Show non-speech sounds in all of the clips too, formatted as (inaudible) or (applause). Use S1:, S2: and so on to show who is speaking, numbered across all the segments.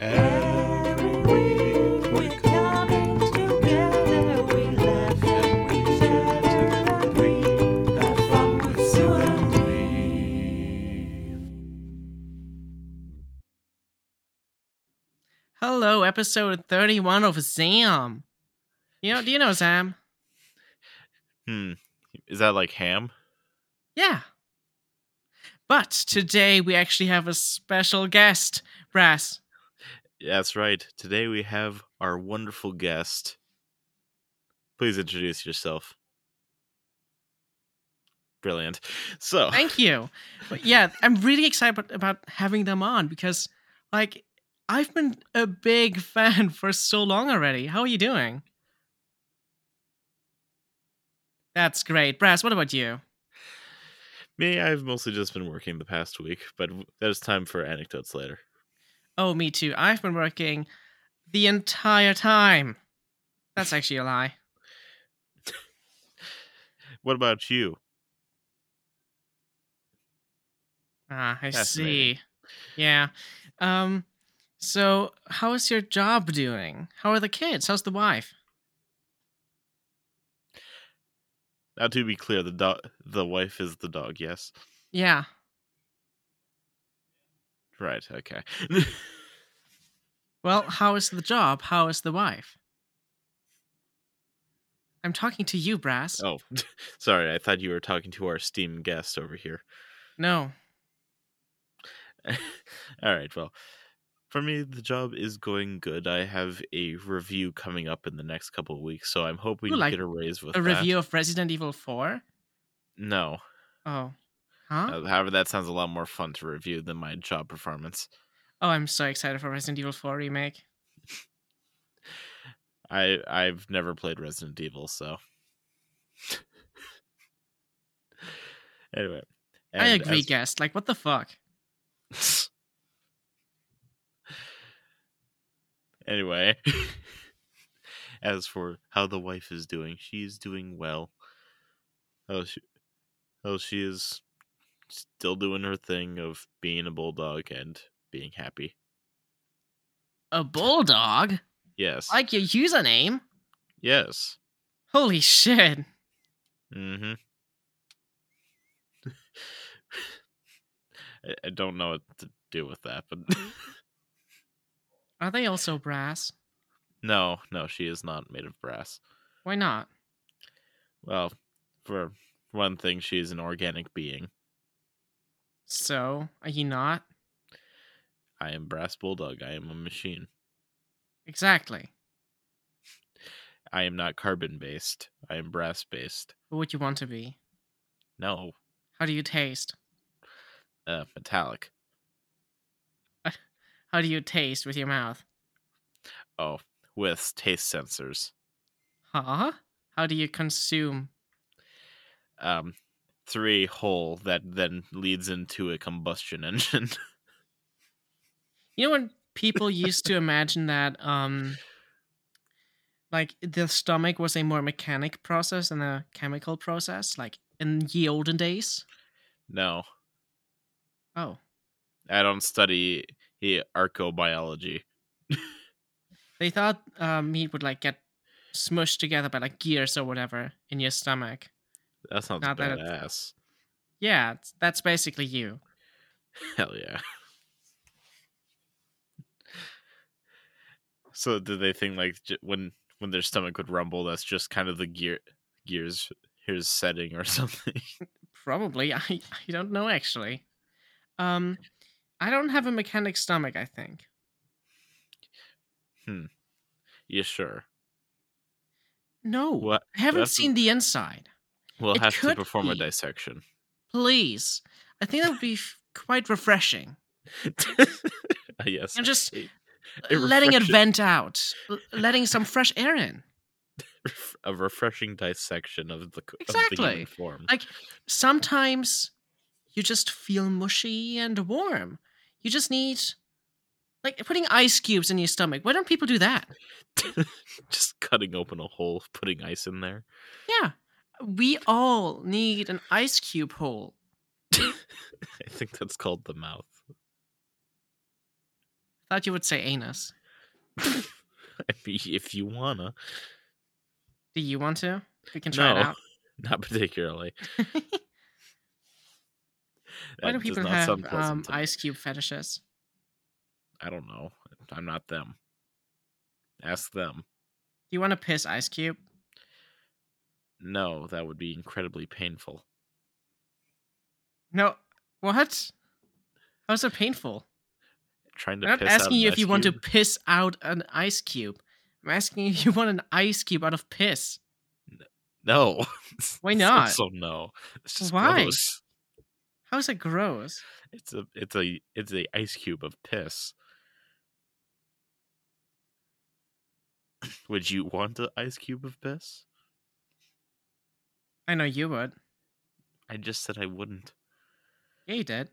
S1: Every week we come together, we laugh and we chatter and we have fun with Sue and me.
S2: Hello, episode 31 of Sam. You know, do you know Sam?
S3: Hmm. Is that like ham?
S2: Yeah. But today we actually have a special guest, Brass.
S3: That's right. Today we have our wonderful guest. Please introduce yourself. Brilliant. So,
S2: Thank you. But yeah, I'm really excited about having them on because, like, I've been a big (laughs) fan for so long already. How are you doing? That's great. Brass, what about you?
S3: me, I've mostly just been working the past week, but w- there's time for anecdotes later.
S2: Oh, me too. I've been working the entire time. That's actually a lie.
S3: What about you?
S2: Ah, I
S3: Fascinating.
S2: see. Yeah. Um so how is your job doing? How are the kids? How's the wife?
S3: Now, to be clear, the dog, the wife is the dog. Yes.
S2: Yeah.
S3: Right. Okay. (laughs)
S2: Well, how is the job? How is the wife? I'm talking to you, Brass.
S3: oh, (laughs) sorry. I thought you were talking to our esteemed guest over here.
S2: No.
S3: (laughs) All right. Well, for me, the job is going good. I have a review coming up in the next couple of weeks, so I'm hoping
S2: Ooh,
S3: to
S2: like
S3: get a raise with
S2: A
S3: that.
S2: review of Resident Evil 4?
S3: No,
S2: Oh. Huh?
S3: Uh, however, that sounds a lot more fun to review than my job performance.
S2: Oh, I'm so excited for Resident Evil 4 remake.
S3: I I've never played Resident Evil, so (laughs) anyway.
S2: I
S3: and
S2: agree,
S3: as-
S2: guest. Like what the fuck?
S3: anyway, (laughs) as for how the wife is doing, she's doing well. Oh, she, oh, she is still doing her thing of being a bulldog and being happy.
S2: A bulldog?
S3: Yes.
S2: Like your username?
S3: yes.
S2: Holy shit.
S3: Mm-hmm. (laughs) I, I don't know what to do with that, but (laughs)
S2: Are they also brass?
S3: no, no, she is not made of brass.
S2: Why not?
S3: Well, for one thing, she is an organic being.
S2: So, are you not?
S3: I am brass bulldog. I am a machine.
S2: Exactly.
S3: I am not carbon based. I am brass based.
S2: What would you want to be?
S3: No,
S2: How do you taste?
S3: uh, metallic.
S2: How do you taste with your mouth?
S3: Oh, with taste sensors.
S2: Huh? How do you consume?
S3: Um, three hole that then leads into a combustion (laughs) engine.
S2: You know when people used to imagine that um like the stomach was a more mechanic process than a chemical process, like in ye olden days?
S3: no,
S2: Oh.
S3: I don't study eh, archobiology.
S2: They thought uh, meat would like get smushed together by like gears or whatever in your stomach.
S3: That sounds
S2: Not that
S3: badass.
S2: Yeah, it's- that's basically you.
S3: Hell yeah. So did they think like j- when when their stomach would rumble? That's just kind of the gear gears here's setting or (laughs) something.
S2: Probably. (laughs) I, I don't know actually. Um I don't have a mechanic stomach, I think.
S3: yeah, sure.
S2: No.
S3: What?
S2: I haven't
S3: that's-
S2: seen the inside.
S3: We'll
S2: It
S3: have to
S2: could
S3: perform a
S2: be. (laughs)
S3: dissection. (laughs)
S2: Please. I think that would be f- quite refreshing.
S3: yes.
S2: And just
S3: A- (laughs) a
S2: letting it
S3: refreshing-
S2: vent out, l- letting some fresh air in.
S3: ref- a refreshing dissection of the, c- of the
S2: Exactly.
S3: human form.
S2: Like- Sometimes you just feel mushy and warm. You just need like putting ice cubes in your stomach. Why don't people do that?
S3: (laughs) just cutting open a hole, putting ice
S2: (laughs)
S3: in there. (laughs)
S2: Yeah. We all need an ice cube hole.
S3: I think that's called the mouth.
S2: Thought you would say anus.
S3: (laughs) I mean, if you wanna,
S2: Do you want to? We can try
S3: No.
S2: it
S3: (laughs)
S2: out.
S3: not particularly.
S2: Why do
S3: That does
S2: people
S3: not
S2: have
S3: sound pleasant
S2: um,
S3: to me.
S2: ice cube fetishes?
S3: I don't know. I'm not them. Ask them.
S2: Do you want to piss Ice Cube?
S3: No, that would be incredibly painful.
S2: No. What? How's it painful?
S3: Trying to
S2: I'm not
S3: piss out
S2: asking
S3: an
S2: you if
S3: ice
S2: you want to
S3: cube?
S2: piss out an ice cube. I'm asking you if you want an ice cube out of piss.
S3: No. (laughs)
S2: Why
S3: It's
S2: not?
S3: Also no. It's just
S2: Why?
S3: gross.
S2: How is it gross?
S3: It's a it's a it's a ice cube of piss. Would you want an ice cube of piss?
S2: I know you would.
S3: I just said I wouldn't.
S2: Yeah, you did.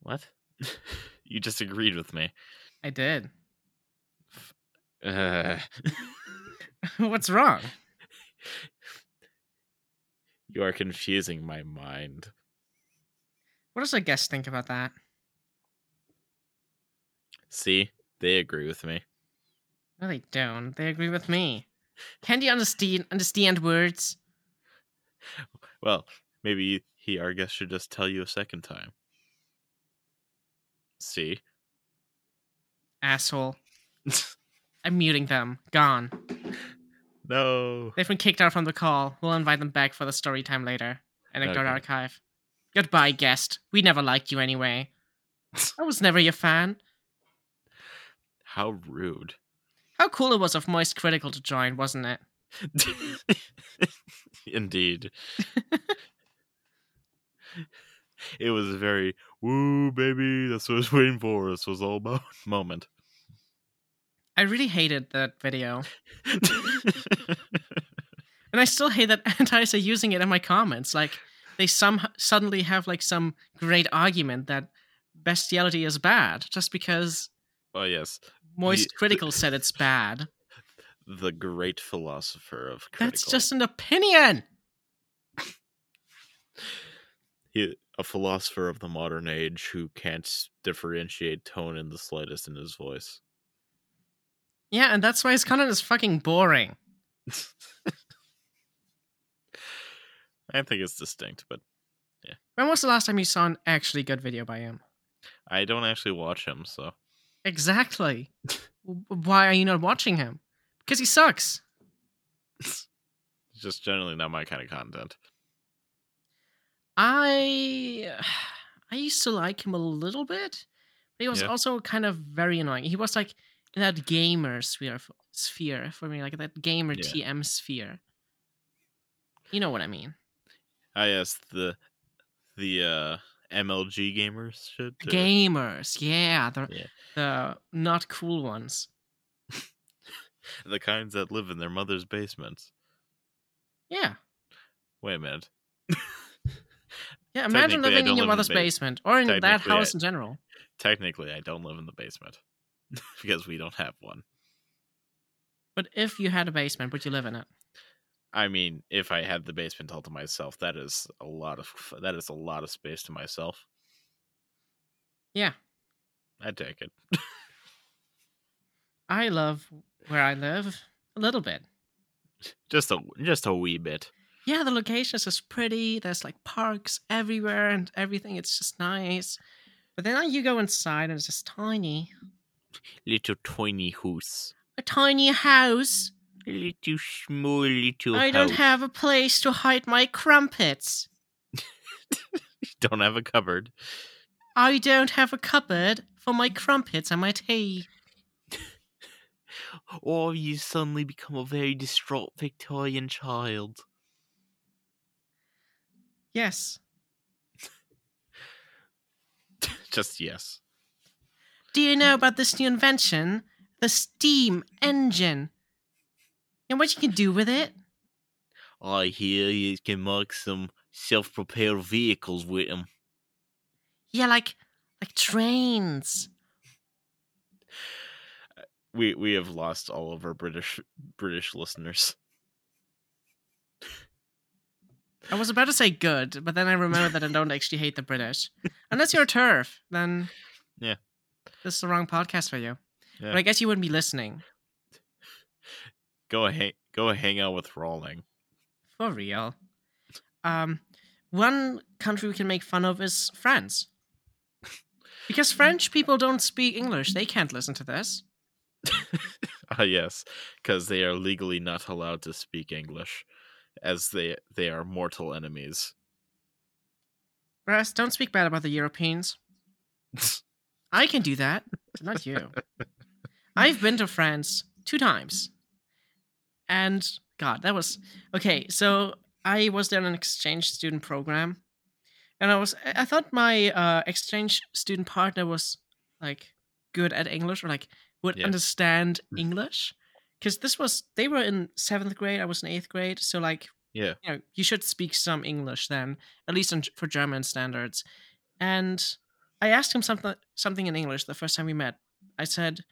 S3: What? (laughs) you just agreed with me. (laughs)
S2: I did. (laughs)
S3: Uh,
S2: What's wrong?
S3: you are confusing my mind.
S2: What does a guest think about that?
S3: See, they agree with me.
S2: No, they don't. They agree with me. Can you understand understand words?
S3: Well, maybe he, our guest, should just tell you a second time. See?
S2: Asshole. I'm muting them. Gone.
S3: (laughs) no.
S2: They've been kicked out from the call. We'll invite them back for the story time later. Anecdote
S3: Okay.
S2: archive. Goodbye, guest. We never liked you anyway. (laughs) I was never your fan.
S3: (laughs) How rude. (laughs)
S2: How cool it was of Moist Critical to join, wasn't it?
S3: Indeed. (laughs) it was a very, woo, baby, that's what I was waiting for. This was all about (laughs) moment.
S2: I really hated that video. And I still hate that (laughs) antis are using it in my comments. Like, they some suddenly have like some great argument that bestiality is bad just because
S3: oh, yes.
S2: Moist Critical said it's bad.
S3: The great philosopher of critical.
S2: That's just an opinion.
S3: he, a philosopher of the modern age who can't s- differentiate tone in the slightest in his voice.
S2: Yeah, and that's why his content is fucking boring.
S3: I think it's distinct, but
S2: When was the last time you saw an actually good video by him?
S3: I don't actually watch him, so (laughs)
S2: Exactly. W- Why are you not watching him? Because he sucks.
S3: it's just generally not my kind of content.
S2: I I used to like him a little bit, but he was
S3: Yeah.
S2: also kind of very annoying. He was like in that gamer sphere f- sphere for me, like that gamer
S3: Yeah.
S2: TM sphere. You know what I mean?
S3: I asked the the uh MLG gamers shit. or-
S2: Gamers, yeah, the
S3: Yeah.
S2: the not cool ones.
S3: The kinds that live in their mother's basements.
S2: Yeah,
S3: Wait a minute.
S2: yeah. Imagine
S3: Technically, I
S2: living
S3: don't
S2: in your
S3: live in a
S2: mother's
S3: base-
S2: basement or in that
S3: Technically, I-
S2: house in general.
S3: Technically, I don't live in the basement (laughs) because we don't have one.
S2: But if you had a basement, would you live in it?
S3: I mean, if I had the basement all to myself, that is a lot of that is a lot of space to myself.
S2: Yeah,
S3: I take it.
S2: I love where I live a little bit.
S3: Just a just a wee bit.
S2: yeah, the location is just pretty. There's like parks everywhere and everything. It's just nice. But then uh, you go inside and it's just tiny.
S3: Little tiny house.
S2: A tiny house.
S3: Little small little
S2: I don't have a place to hide my crumpets.
S3: don't have a cupboard.
S2: I don't have a cupboard for my crumpets and my tea.
S3: Or Oh, you suddenly become a very distraught Victorian child.
S2: Yes.
S3: Just yes.
S2: Do you know about this new invention? The steam engine. And what you can do with it?
S3: I hear you can make some self propelled vehicles with them.
S2: Yeah, like like trains.
S3: We we have lost all of our British British listeners.
S2: I was about to say good, but then I remembered that I don't actually hate the British. Unless you're a turf, then This is the wrong podcast for you.
S3: Yeah.
S2: But I guess you wouldn't be listening.
S3: Go hang go hang out with (laughs) Rawling.
S2: For real. Um, one country we can make fun of is France. Because French people don't speak English. They can't listen to this.
S3: Ah yes, because they are legally not allowed to speak English, as they they are mortal enemies.
S2: Russ, don't speak bad about the Europeans. I can do that, but not you. I've been to France two times. And God, that was okay. So I was there on an exchange student program. And I was, I I thought my uh, exchange student partner was like good at English or like would
S3: Yeah. Mm.
S2: understand English. Because this was, they were in seventh grade, I was in eighth grade. So, like,
S3: Yeah.
S2: you know, you should speak some English then, at least in, for German standards. And I asked him something something in English the first time we met. I said,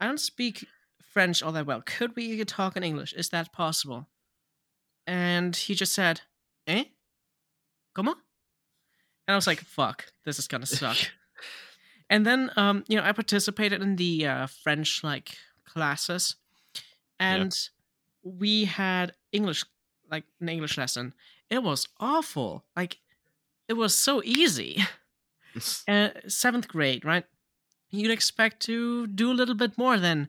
S2: "I don't speak French all that well. Could we talk in English? Is that possible?" And he just said, "Eh? Comment?" And I was like, "Fuck, this is gonna suck." and then, um, you know, I participated in the uh, French like classes, and we had English like an English lesson. It was awful. Like, it was so easy uh, seventh grade, right? You'd expect to do a little bit more than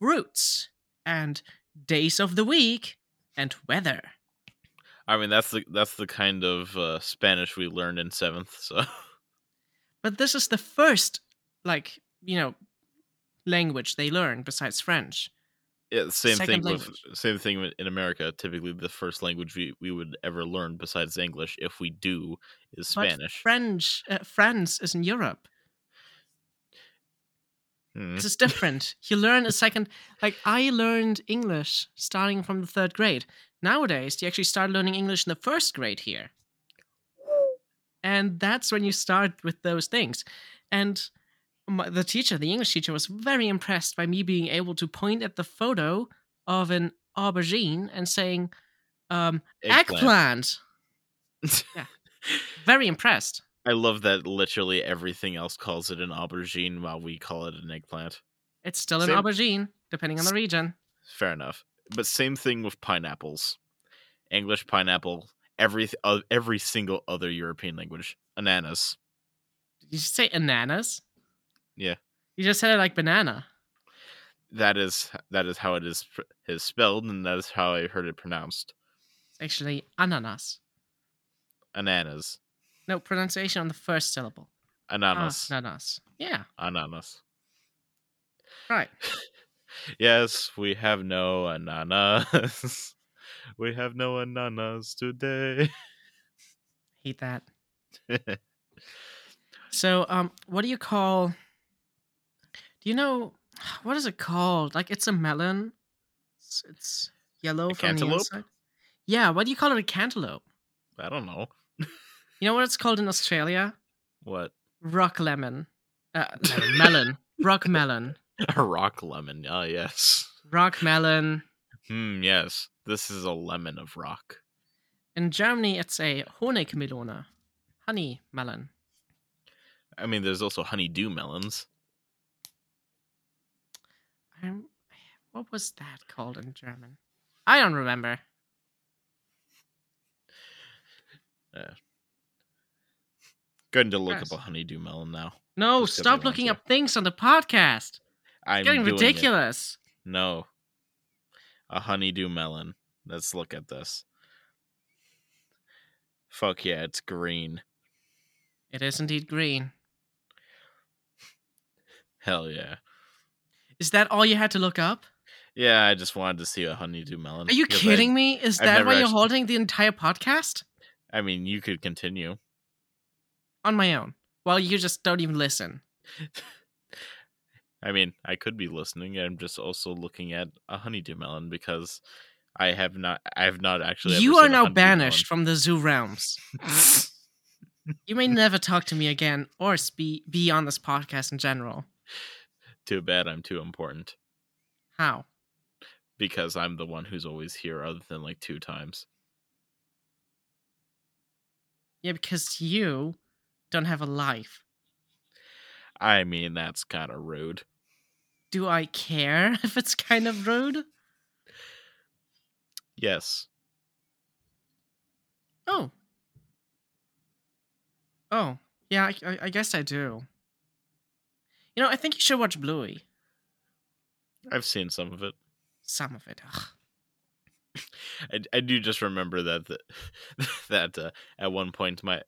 S2: roots and days of the week and weather.
S3: (laughs) I mean that's the that's the kind of uh, Spanish we learned in seventh. So (laughs)
S2: But this is the first, like, you know, language they learn besides French.
S3: yeah, same
S2: Second
S3: thing with
S2: language.
S3: same thing with- in America. Typically, the first language we, we would ever learn besides English, if we do, is
S2: But
S3: Spanish.
S2: French, uh, France is in Europe.
S3: Hmm.
S2: This is different. you learn a second, like, I learned English starting from the third grade. Nowadays, you actually start learning English in the first grade here. and that's when you start with those things and my, the teacher the english teacher was very impressed by me being able to point at the photo of an aubergine and saying um eggplant, yeah very impressed
S3: (laughs) I love that literally everything else calls it an aubergine while we call it an eggplant.
S2: it's still an
S3: Same-
S2: aubergine depending on the region
S3: Fair enough. But same thing with pineapples. English pineapple, every uh, every single other European language. Ananas.
S2: did you say bananas
S3: Yeah.
S2: you just said it like banana
S3: That is that is how it is pr- is spelled and that is how I heard it pronounced.
S2: it's actually ananas
S3: Ananas.
S2: no pronunciation on the first syllable Ah,
S3: Ananas.
S2: ananas yeah
S3: Ananas.
S2: right
S3: Yes, we have no ananas. (laughs) we have no ananas today. (laughs)
S2: hate that So, um, what do you call? Do you know what is it called? Like it's a melon. It's, it's yellow
S3: A
S2: from the
S3: cantaloupe?
S2: inside. Yeah, what do you call it? A cantaloupe.
S3: I don't know.
S2: You know what it's called in Australia?
S3: What? (laughs)
S2: Rock lemon. Uh, lemon, melon. Rock melon.
S3: A rock lemon. Ah, yes.
S2: Rock melon.
S3: Hmm, yes. This is a lemon of rock.
S2: In Germany, it's a Honigmelone. Honey melon.
S3: I mean, there's also honeydew melons.
S2: I'm, what was that called in German? I don't remember.
S3: Going to look
S2: Yes.
S3: up a honeydew melon now.
S2: No,
S3: Just 'cause I
S2: stop
S3: want
S2: looking
S3: to.
S2: up things on the podcast.
S3: I'm
S2: It's getting
S3: doing it.
S2: ridiculous.
S3: No, a honeydew melon. Let's look at this. Fuck yeah, it's green.
S2: It is indeed green.
S3: Hell yeah.
S2: Is that all you had to look up?
S3: Yeah, I just wanted to see a honeydew melon.
S2: Are you
S3: because I-
S2: kidding me? Is
S3: I've
S2: that
S3: never
S2: why you're
S3: actually-
S2: holding the entire podcast
S3: I mean, you could continue.
S2: on my own? While you just don't even listen.
S3: I mean, I could be listening. I'm just also looking at a honeydew melon because I have not. I have not actually. ever
S2: you are
S3: seen a
S2: now
S3: honeydew
S2: banished from the zoo realms.
S3: melon.
S2: You may never talk to me again or spe- be on this podcast in general.
S3: (laughs) too bad I'm too important.
S2: How?
S3: because I'm the one who's always here, other than like two times.
S2: Yeah, because you don't have a life.
S3: I mean, that's kind of rude.
S2: Do I care (laughs) if it's kind of rude?
S3: Yes.
S2: Oh. Oh, yeah, I, I, I guess I do. You know, I think you should watch Bluey.
S3: I've seen some of it.
S2: Some of it. Ugh.
S3: I, I do just remember that the, (laughs) that uh, at one point my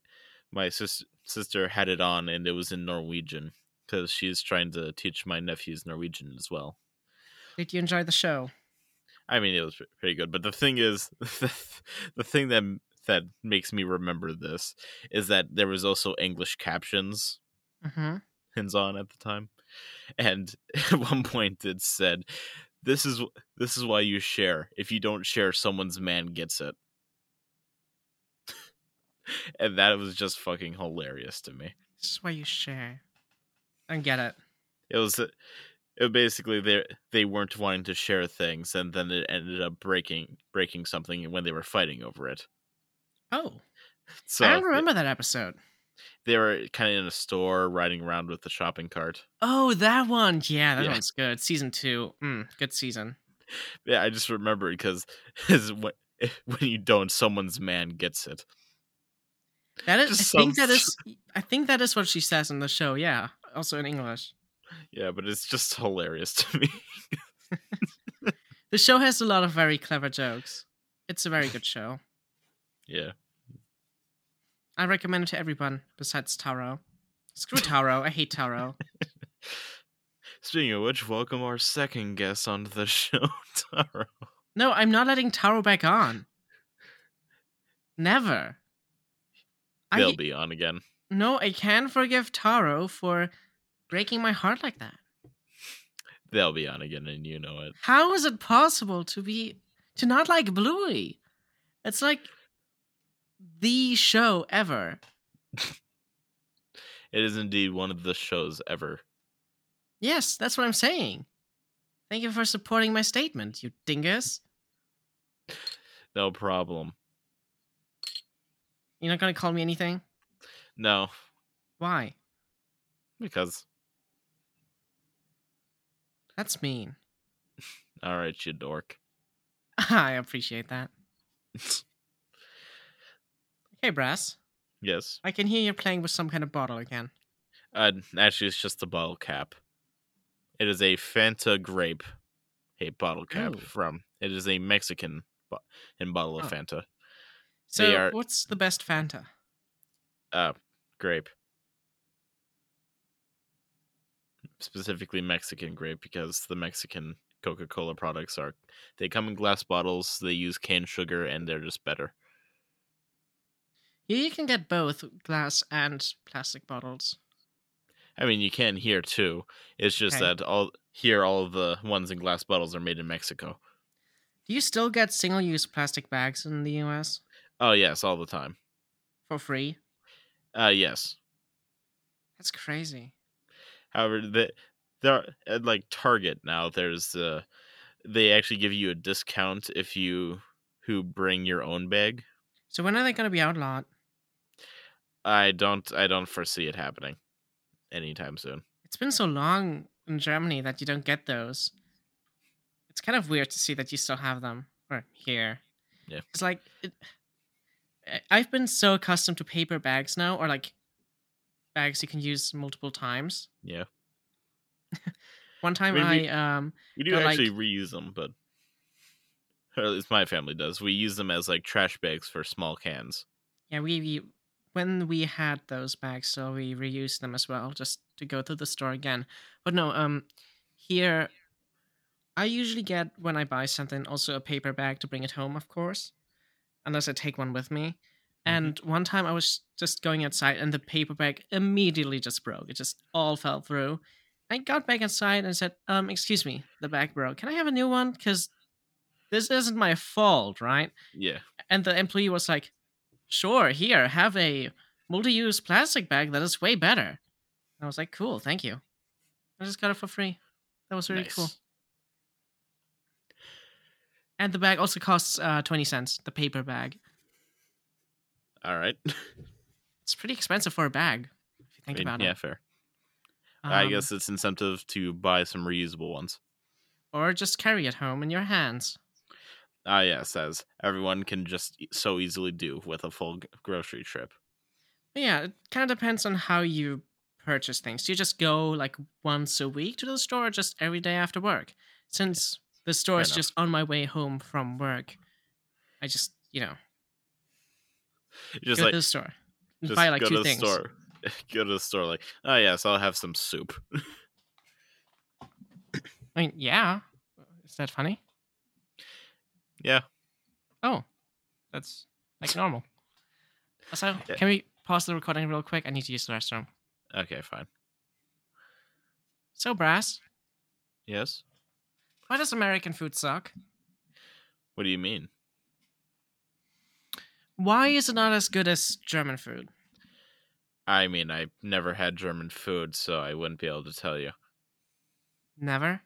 S3: my sis- sister had it on and it was in Norwegian because she's trying to teach my nephews Norwegian as well.
S2: Did you enjoy the show?
S3: I mean, it was pre- pretty good. But the thing is, (laughs) the thing that that makes me remember this is that there was also English captions
S2: Mm-hmm.
S3: hands on at the time, and (laughs) at one point it said, "This is this is why you share. If you don't share, someone's man gets it." (laughs) and that was just fucking hilarious to me.
S2: This is why you share. I get it.
S3: It was. uh, It basically they they weren't wanting to share things, and then it ended up breaking breaking something when they were fighting over it.
S2: Oh,
S3: So
S2: I don't remember that episode.
S3: they were kind of in a store riding around with the shopping cart.
S2: Oh, that one. Yeah, that
S3: Yeah.
S2: one's good. Season two. Mm, good season.
S3: Yeah, I just remember (laughs) because when when you don't, someone's man gets it.
S2: That is.
S3: Just
S2: I think that
S3: sounds
S2: is. I think that is what she says in the show. Yeah, also in English.
S3: Yeah, but it's just hilarious (laughs) to me.
S2: The show has a lot of very clever jokes. It's a very good show.
S3: Yeah,
S2: I recommend it to everyone besides Taro. Screw Taro. I hate Taro.
S3: Speaking of which, welcome our second guest onto the (laughs) show, Taro.
S2: No, I'm not letting Taro back on. Never.
S3: They'll
S2: I
S3: be on again.
S2: no, I can forgive Taro for breaking my heart like that.
S3: They'll be on again, and you know it.
S2: How is it possible to be to not like Bluey? It's like the show ever.
S3: It is indeed one of the shows ever.
S2: Yes, that's what I'm saying. Thank you for supporting my statement, you dingus.
S3: No problem.
S2: You're not gonna call me anything?
S3: No,
S2: Why?
S3: because
S2: That's mean. (laughs)
S3: all right, you dork. (laughs)
S2: I appreciate that. Hey, Brass.
S3: Yes.
S2: I can hear you're playing with some kind of bottle again.
S3: Uh, actually, it's just the bottle cap. It is a Fanta grape, a bottle cap
S2: Ooh.
S3: from. It is a Mexican bo- in bottle
S2: Oh.
S3: of Fanta
S2: So,
S3: are-
S2: what's the best Fanta?
S3: grape, specifically Mexican grape, because the Mexican Coca Cola products are they come in glass bottles. They use canned sugar, and they're just better.
S2: Yeah, you can get both glass and plastic bottles.
S3: I mean, you can here too. It's just
S2: Okay.
S3: that all here all of the ones in glass bottles are made in Mexico.
S2: Do you still get single use plastic bags in the US
S3: Oh yes, all the time.
S2: for free?
S3: Uh yes.
S2: That's crazy.
S3: However, the there at like Target now, there's uh they actually give you a discount if you who bring your own bag.
S2: So, when are they going to be outlawed?
S3: I don't I don't foresee it happening anytime soon.
S2: It's been so long in Germany that you don't get those. It's kind of weird to see that you still have them or here.
S3: Yeah.
S2: It's like it, I- I've been so accustomed to paper bags now or like bags you can use multiple times.
S3: Yeah.
S2: (laughs) One time I,
S3: Maybe-
S2: um
S3: We do
S2: But, like-
S3: actually reuse them, but or at least my family does. We use them as like trash bags for small cans.
S2: yeah, we, we when we had those bags so we reused them as well just to go to the store again. But no, um here I usually get when I buy something also a paper bag to bring it home, of course, unless I take one with me. And one time I was just going outside and the paper bag immediately just broke. It just all fell through. I got back inside and said, um, excuse me, the bag broke. Can I have a new one? Because this isn't my fault, right?
S3: Yeah.
S2: And the employee was like, sure, here, have a multi use plastic bag that is way better. And I was like, cool, thank you. I just got it for free. That was really cool.
S3: Nice.
S2: And the bag also costs uh, 20 cents, the paper bag.
S3: All right.
S2: It's pretty expensive for a bag, if you think
S3: I mean,
S2: about
S3: yeah,
S2: it.
S3: fair. I
S2: Um,
S3: guess it's incentive to buy some reusable ones.
S2: Or just carry it home in your hands.
S3: Ah, yes, as everyone can just e- so easily do with a full g- grocery trip.
S2: But yeah, it kind of depends on how you purchase things. Do you just go like once a week to the store, or just every day after work? Since the store
S3: Fair
S2: is
S3: enough.
S2: just on my way home from work, I just you know
S3: Just
S2: go
S3: like
S2: to the store, and
S3: just
S2: buy like
S3: go
S2: two
S3: to the
S2: things.
S3: store. (laughs) go to the store like, oh yes, I'll have some soup.
S2: I mean, yeah, is that funny?
S3: Yeah.
S2: Oh, that's like normal. So,
S3: (laughs) Yeah.
S2: can we pause the recording real quick? I need to use the restroom.
S3: Okay, fine.
S2: So, Brass,
S3: Yes?
S2: why does American food suck?
S3: What do you mean?
S2: Why is it not as good as German food?
S3: I mean I never had German food, so I wouldn't be able to tell you.
S2: Never.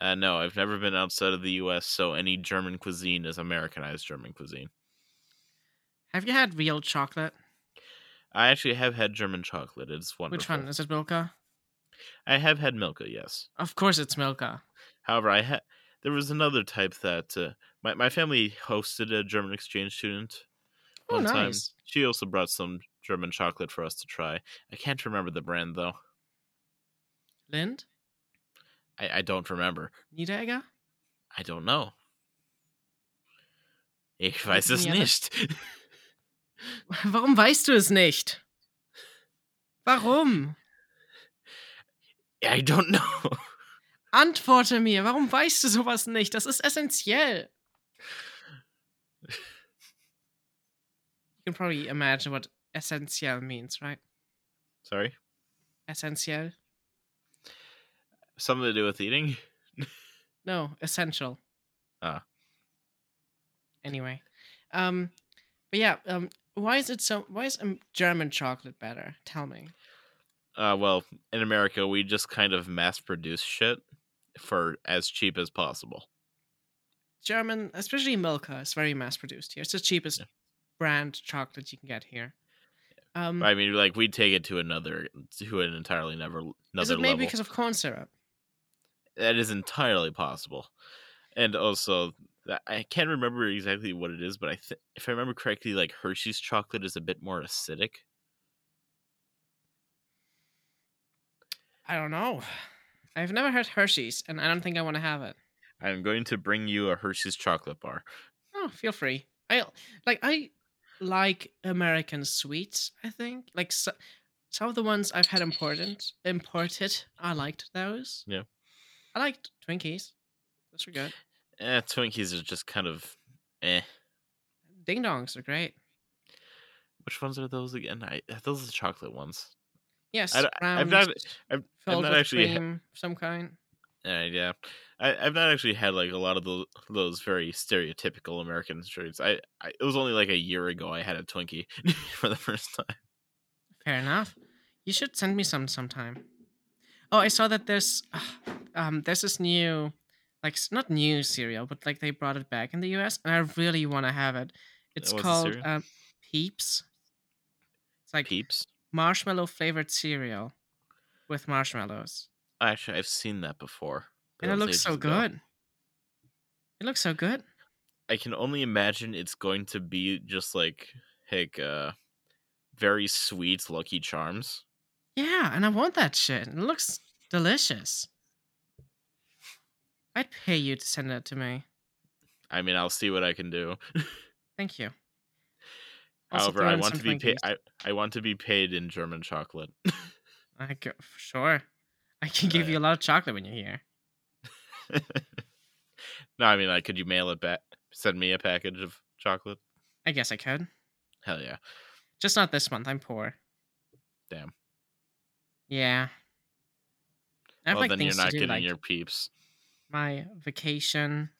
S3: Uh, no, I've never been outside of the US, so any German cuisine is Americanized German cuisine.
S2: Have you had real chocolate?
S3: I actually have had German chocolate. It's wonderful.
S2: Which one is it, Milka?
S3: I have had Milka, yes.
S2: Of course, it's Milka.
S3: However, I had there was another type that uh, my my family hosted a German exchange student
S2: Oh,
S3: one time.
S2: nice.
S3: She also brought some German chocolate for us to try. I can't remember the brand though.
S2: Lind,
S3: I, I don't remember.
S2: Niederegger.
S3: I don't know. Ich weiß es
S2: Mir
S3: nicht.
S2: (laughs) Warum weißt du es nicht? Warum?
S3: (laughs) I don't know. (laughs)
S2: Antworte mir. Warum weißt du sowas nicht? Das ist essentiell. You can probably imagine what essential means, right?
S3: Sorry.
S2: Essential?
S3: Something to do with eating?
S2: No, essential.
S3: Ah.
S2: Anyway, um, but yeah, um, why is it so? Why is um, German chocolate better? Tell me.
S3: Uh, well, in America, we just kind of mass produce shit for as cheap as possible.
S2: German, especially Milka, is very mass produced here. It's the cheapest
S3: Yeah.
S2: brand chocolate you can get here. Um,
S3: I mean, like we take it to another, to an entirely never another
S2: is it
S3: level.
S2: maybe because of corn syrup?
S3: that is entirely possible. And also, th- I can't remember exactly what it is, but I th- if I remember correctly, like Hershey's chocolate is a bit more acidic.
S2: I don't know. I've never had Hershey's, and I don't think I want to have it.
S3: I'm going to bring you a Hershey's chocolate bar.
S2: Oh, feel free. I like I like American sweets. I think like so, some of the ones I've had imported imported. I liked those.
S3: Yeah.
S2: I liked Twinkies. Those were good.
S3: Eh, Twinkies is just kind of eh.
S2: Ding dongs are great.
S3: Which ones are those again? I eh, those are the chocolate ones.
S2: Yes,
S3: I don't- I've
S2: round,
S3: not, I've, I've
S2: filled
S3: not
S2: with
S3: actually ha-
S2: cream of some kind.
S3: Uh, yeah, I, I've not actually had like a lot of those those very stereotypical American treats. I, I it was only like a year ago I had a Twinkie (laughs) for the first time.
S2: Fair enough. You should send me some sometime. Oh, I saw that there's (sighs) um there's this new like s- not new cereal, but like they brought it back in the US and I really want to have it. It's
S3: what's the
S2: called
S3: cereal?
S2: uh, Peeps. It's like
S3: Peeps.
S2: marshmallow flavored cereal with marshmallows.
S3: Actually, I've seen that before. but
S2: and it
S3: that was
S2: looks so
S3: ages ago.
S2: good. It looks so good.
S3: I can only imagine it's going to be just like like uh, very sweet Lucky Charms.
S2: Yeah, and I want that shit. It looks delicious. I'd pay you to send it to me.
S3: I mean, I'll see what I can do.
S2: Thank you. Also
S3: However,
S2: throw
S3: I
S2: in
S3: want
S2: some
S3: to be paid.
S2: Twinkies.
S3: I, I want to be paid in German chocolate. (laughs)
S2: I go, sure. I can give
S3: yeah.
S2: you a lot of chocolate when you're here.
S3: no, I mean, like, could you mail it back? Send me a package of chocolate.
S2: I guess I could.
S3: Hell yeah.
S2: Just not this month. I'm poor.
S3: Damn.
S2: Yeah. I have
S3: well,
S2: like
S3: then you're
S2: things
S3: not
S2: to do,
S3: getting
S2: like
S3: your peeps.
S2: my vacation.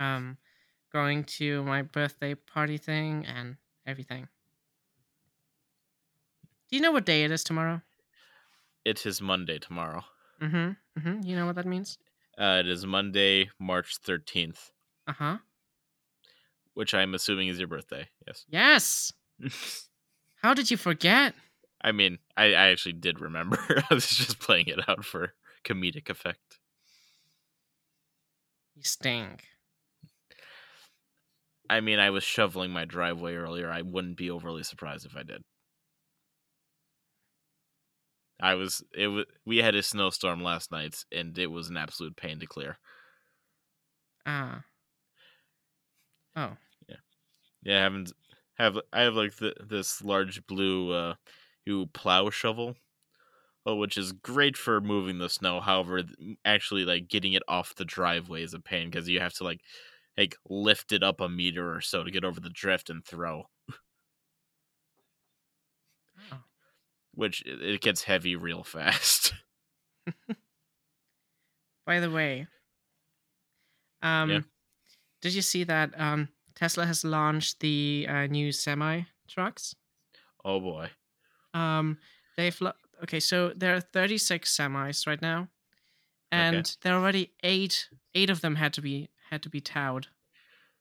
S2: Um, going to my birthday party thing and everything. Do you know what day it is tomorrow?
S3: It is Monday tomorrow.
S2: Mm-hmm. Mm-hmm. You know what that means?
S3: Uh, it is Monday, March 13th,
S2: Uh huh.
S3: which I'm assuming is your birthday. Yes.
S2: Yes. How did you forget?
S3: I mean, I, I actually did remember. (laughs) I was just playing it out for comedic effect.
S2: You stink.
S3: I mean, I was shoveling my driveway earlier. I wouldn't be overly surprised if I did. I was it was we had a snowstorm last night and it was an absolute pain to clear.
S2: Ah. Oh.
S3: Yeah, I haven't have I have like th this large blue uh you plow shovel, uh, which is great for moving the snow. However, th- actually like getting it off the driveway is a pain because you have to like like lift it up a meter or so to get over the drift and throw.
S2: Oh.
S3: Which it it gets heavy real (laughs) fast.
S2: By the way, um,
S3: Yeah.
S2: did you see that um, Tesla has launched the uh, new semi trucks?
S3: oh boy.
S2: Um, they've lo- okay, so there are 36 semis right now,
S3: Okay.
S2: and there are already eight eight of them had to be had to be towed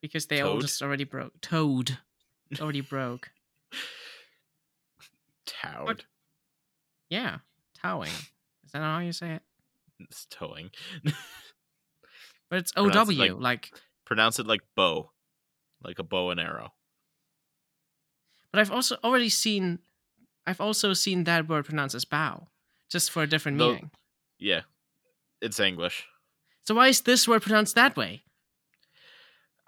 S2: because they all
S3: Towed?
S2: just already broke. Towed, already broke.
S3: Towed.
S2: Yeah, towing. Is that how you say it?
S3: It's towing.
S2: But it's OW,
S3: Pronounce it like-
S2: like,
S3: Pronounce it like bow. Like a bow and arrow.
S2: But I've also already seen, I've also seen that word pronounced as bow, just for a different
S3: Though-
S2: meaning.
S3: Yeah. It's English.
S2: So why is this word pronounced that way?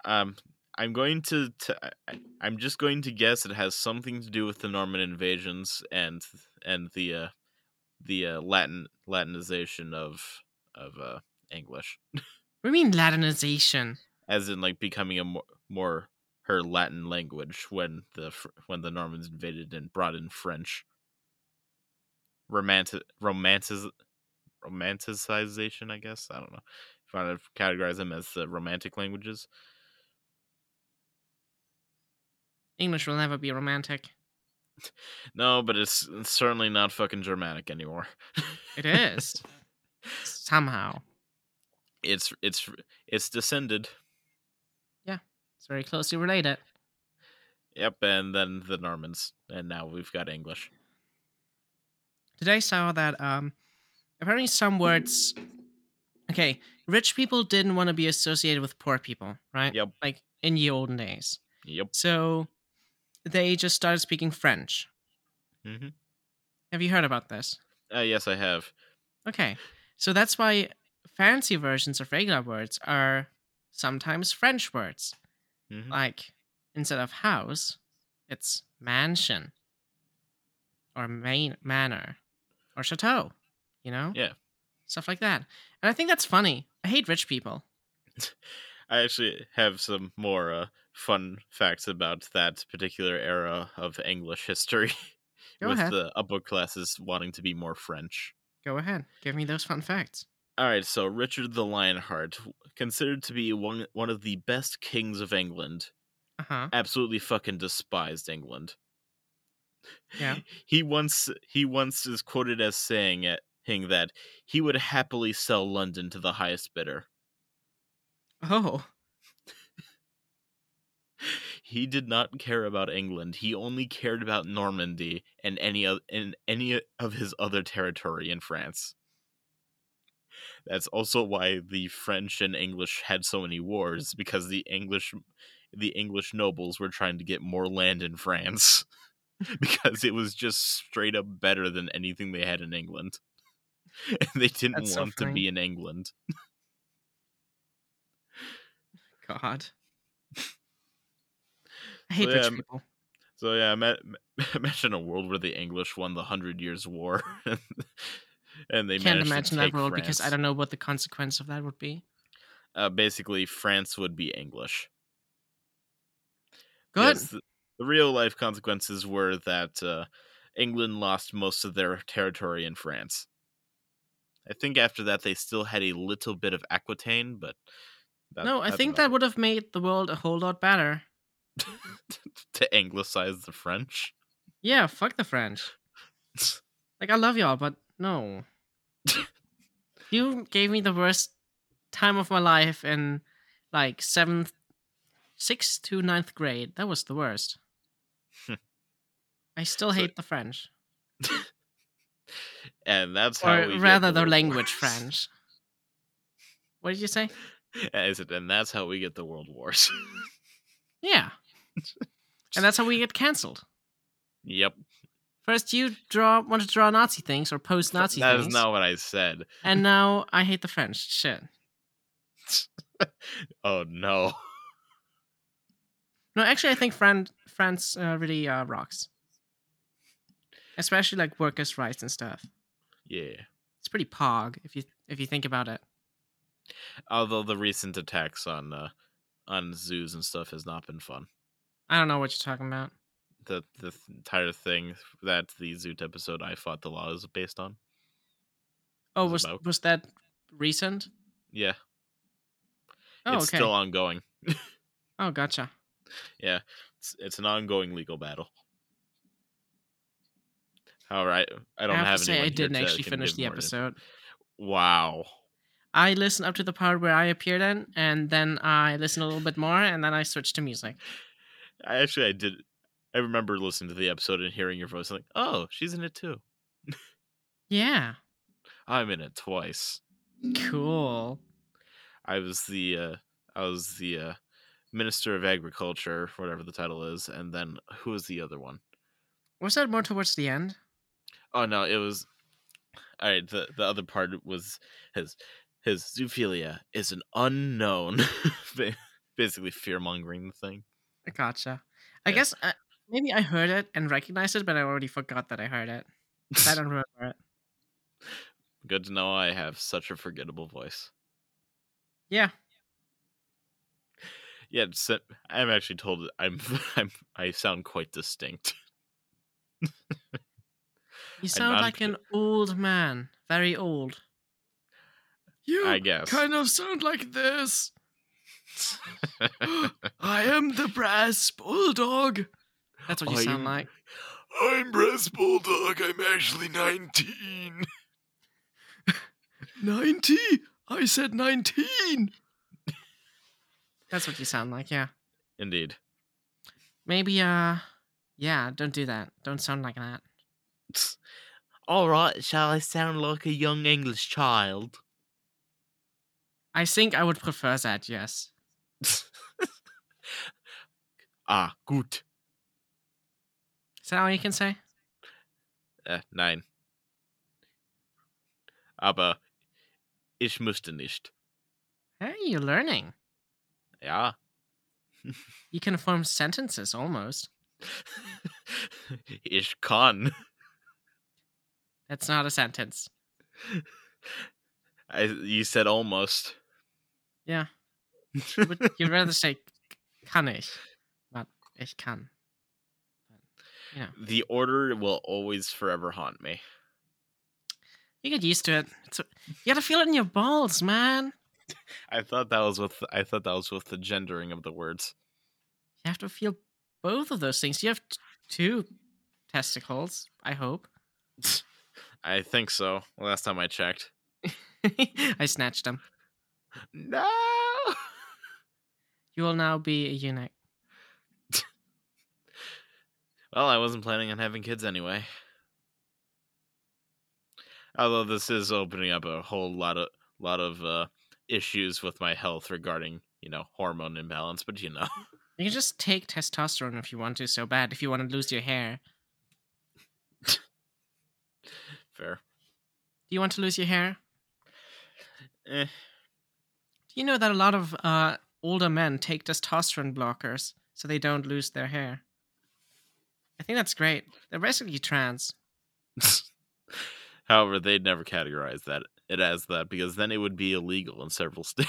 S3: Um, I'm going to. T- I- I- I'm just going to guess it has something to do with the Norman invasions and and the uh, the uh, Latin Latinization of of uh, English,
S2: We mean Latinization.
S3: as in like becoming a more, more her Latin language when the Fr- when the Normans invaded and brought in French. Romantic romantic romanticization, I guess. I don't know. If I want to categorize them as the romantic languages.
S2: English will never be romantic.
S3: No, but it's, it's certainly not fucking Germanic anymore.
S2: It
S3: (laughs)
S2: is somehow.
S3: It's it's it's descended.
S2: It's very closely related.
S3: Yep, and then the Normans, and now we've got English.
S2: Today I saw that um, apparently some words. Okay, rich people didn't want to be associated with poor people, right?
S3: Yep.
S2: Like in the olden days.
S3: Yep.
S2: So they just started speaking French.
S3: hmm
S2: Have you heard about this?
S3: Uh, yes, I have.
S2: Okay. So that's why fancy versions of regular words are sometimes French words.
S3: hmm
S2: Like instead of house, it's mansion or main manor or chateau, you know?
S3: Yeah.
S2: Stuff like that. And I think that's funny. I hate rich people.
S3: I actually have some more uh, fun facts about that particular era of English history, (laughs)
S2: Go
S3: with
S2: ahead.
S3: the upper classes wanting to be more French.
S2: Go ahead. Give me those fun facts.
S3: All right, so Richard the Lionheart, considered to be one one of the best kings of England,
S2: Uh huh.
S3: absolutely fucking despised England.
S2: Yeah.
S3: (laughs) He once he once is quoted as saying uh, saying that he would happily sell London to the highest bidder.
S2: Oh.
S3: He did not care about England. He only cared about Normandy and any of and any of his other territory in France. That's also why the French and English had so many wars because the English the English nobles were trying to get more land in France (laughs) because it was just straight up better than anything they had in England. (laughs) And they didn't
S2: That's so
S3: want to
S2: funny.
S3: be in England.
S2: God. I hate
S3: So,
S2: rich
S3: yeah,
S2: people.
S3: So yeah, ima- (laughs) imagine a world where the English won the Hundred Years' War, (laughs) and they
S2: Can't
S3: managed
S2: imagine
S3: to take
S2: that world because I
S3: France.
S2: don't know what the consequence of that would be.
S3: Uh, basically, France would be English.
S2: Good.
S3: Yes, the, the real life consequences were that uh, England lost most of their territory in France. I think after that they still had a little bit of Aquitaine, but that,
S2: no, I
S3: that's
S2: think
S3: about
S2: that would have made the world a whole lot better.
S3: it. (laughs) to anglicize the French. (laughs)
S2: Yeah, fuck the French. Like I love y'all, but no. you gave me the worst time of my life in like seventh sixth to
S3: (laughs)
S2: ninth grade. That was the worst. I still
S3: So-
S2: hate the French.
S3: and that's how
S2: or
S3: we get
S2: rather the
S3: world
S2: language
S3: wars. (laughs)
S2: French. What did you say?
S3: I said, and that's how we get the world wars.
S2: Yeah. and that's how we get cancelled.
S3: yep,
S2: First, you draw want to draw Nazi things or post
S3: That is
S2: Nazi things,
S3: not what I said.
S2: and now I hate the French. Shit.
S3: Oh no. (laughs)
S2: No, actually, I think Fran- France uh, really uh, rocks, especially like workers' rights and stuff.
S3: Yeah.
S2: It's pretty pog if you if you think about it.
S3: Although the recent attacks on uh, on zoos and stuff has not been fun.
S2: I don't know what you're talking about.
S3: The the th- entire thing that the Zoot episode "I Fought the Law" is based on.
S2: Oh,
S3: It's
S2: was
S3: about-
S2: was that recent?
S3: Yeah,
S2: Oh,
S3: it's
S2: okay.
S3: still ongoing.
S2: Oh, gotcha.
S3: It's, it's an ongoing legal battle. All right, I don't
S2: have,
S3: have
S2: to say,
S3: anyone
S2: I
S3: here
S2: didn't
S3: to-
S2: actually
S3: can
S2: finish
S3: give
S2: the
S3: more to-
S2: episode.
S3: Wow.
S2: I listened up to the part where I appeared in, and then I listened a little bit more, and then I switched to music.
S3: I actually I did. I remember listening to the episode and hearing your voice. Like, oh, she's in it too.
S2: Yeah,
S3: I'm in it twice.
S2: cool.
S3: I was the uh, I was the uh, minister of agriculture, whatever the title is, and then who was the other one?
S2: Was that more towards the end?
S3: Oh no, it was all right. The the other part was his his zoophilia is an unknown, (laughs) ba- basically fear mongering the thing.
S2: Gotcha. I
S3: Yeah.
S2: guess uh, maybe I heard it and recognized it, but I already forgot that I heard it. I don't remember it.
S3: (laughs) Good to know I have such a forgettable voice.
S2: Yeah.
S3: Yeah, it's- I'm actually told I'm (laughs) I'm I sound quite distinct.
S2: You sound
S3: not
S2: like an old man, very old. You
S3: I
S2: (gasps)
S3: guess. (laughs)
S2: of sound like this. I am the brass bulldog. That's what you
S3: I
S2: sound
S3: am-
S2: like.
S3: I'm Brass Bulldog. I'm actually 19.
S2: 90? I said 19. That's what you sound like, yeah.
S3: Indeed. (laughs)
S2: Maybe, uh, yeah, don't do that. Don't sound like that.
S3: All right, shall I sound like a young English child? (laughs)
S2: I think I would prefer that, yes.
S3: ah, gut.
S2: Is that all you can say?
S3: Äh, nein. Aber ich musste nicht.
S2: Hey, you're learning.
S3: Ja. (laughs)
S2: You can form sentences almost.
S3: ich kann.
S2: That's not a sentence.
S3: I, you said almost.
S2: Yeah. Would- You'd rather say kann ich, not ich kann.
S3: the order will always forever haunt me.
S2: You get used to it. It's a- you gotta feel it in your balls, man.
S3: I thought that was with I thought that was with the gendering of the words.
S2: You have to feel both of those things. You have t- two testicles, I hope. (laughs)
S3: I think so. Last time I checked.
S2: I snatched them.
S3: No. (laughs)
S2: You will now be a eunuch.
S3: Well, I wasn't planning on having kids anyway. Although this is opening up a whole lot of lot of uh, issues with my health regarding you know hormone imbalance, but you know, (laughs)
S2: You can just take testosterone if you want to so bad, if you want to lose your hair.
S3: fair.
S2: Do you want to lose your hair?
S3: Eh, (laughs)
S2: Do you know that a lot of uh, older men take testosterone blockers so they don't lose their hair? I think that's great. They're basically trans.
S3: However, they'd never categorize that it as that because then it would be illegal in several (laughs) states.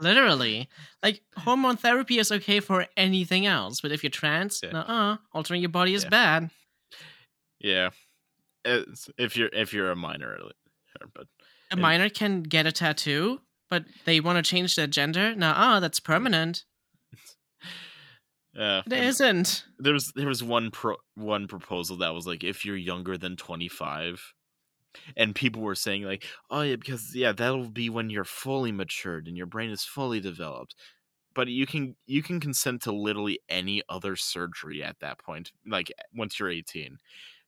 S2: Literally.
S3: (laughs)
S2: Like, hormone therapy is okay for anything else, but if you're trans,
S3: Yeah.
S2: uh-uh, altering your body is
S3: Yeah.
S2: bad.
S3: yeah, it's, if you're if you're a minor, but
S2: A
S3: And-
S2: minor can get a tattoo, but they want to change their gender. Nuh-uh, that's permanent.
S3: uh,
S2: It isn't.
S3: there was there was one pro one proposal that was like if you're younger than 25 and people were saying like oh yeah because yeah that'll be when you're fully matured and your brain is fully developed but you can you eh, can consent to literally any other surgery at that point like once you're 18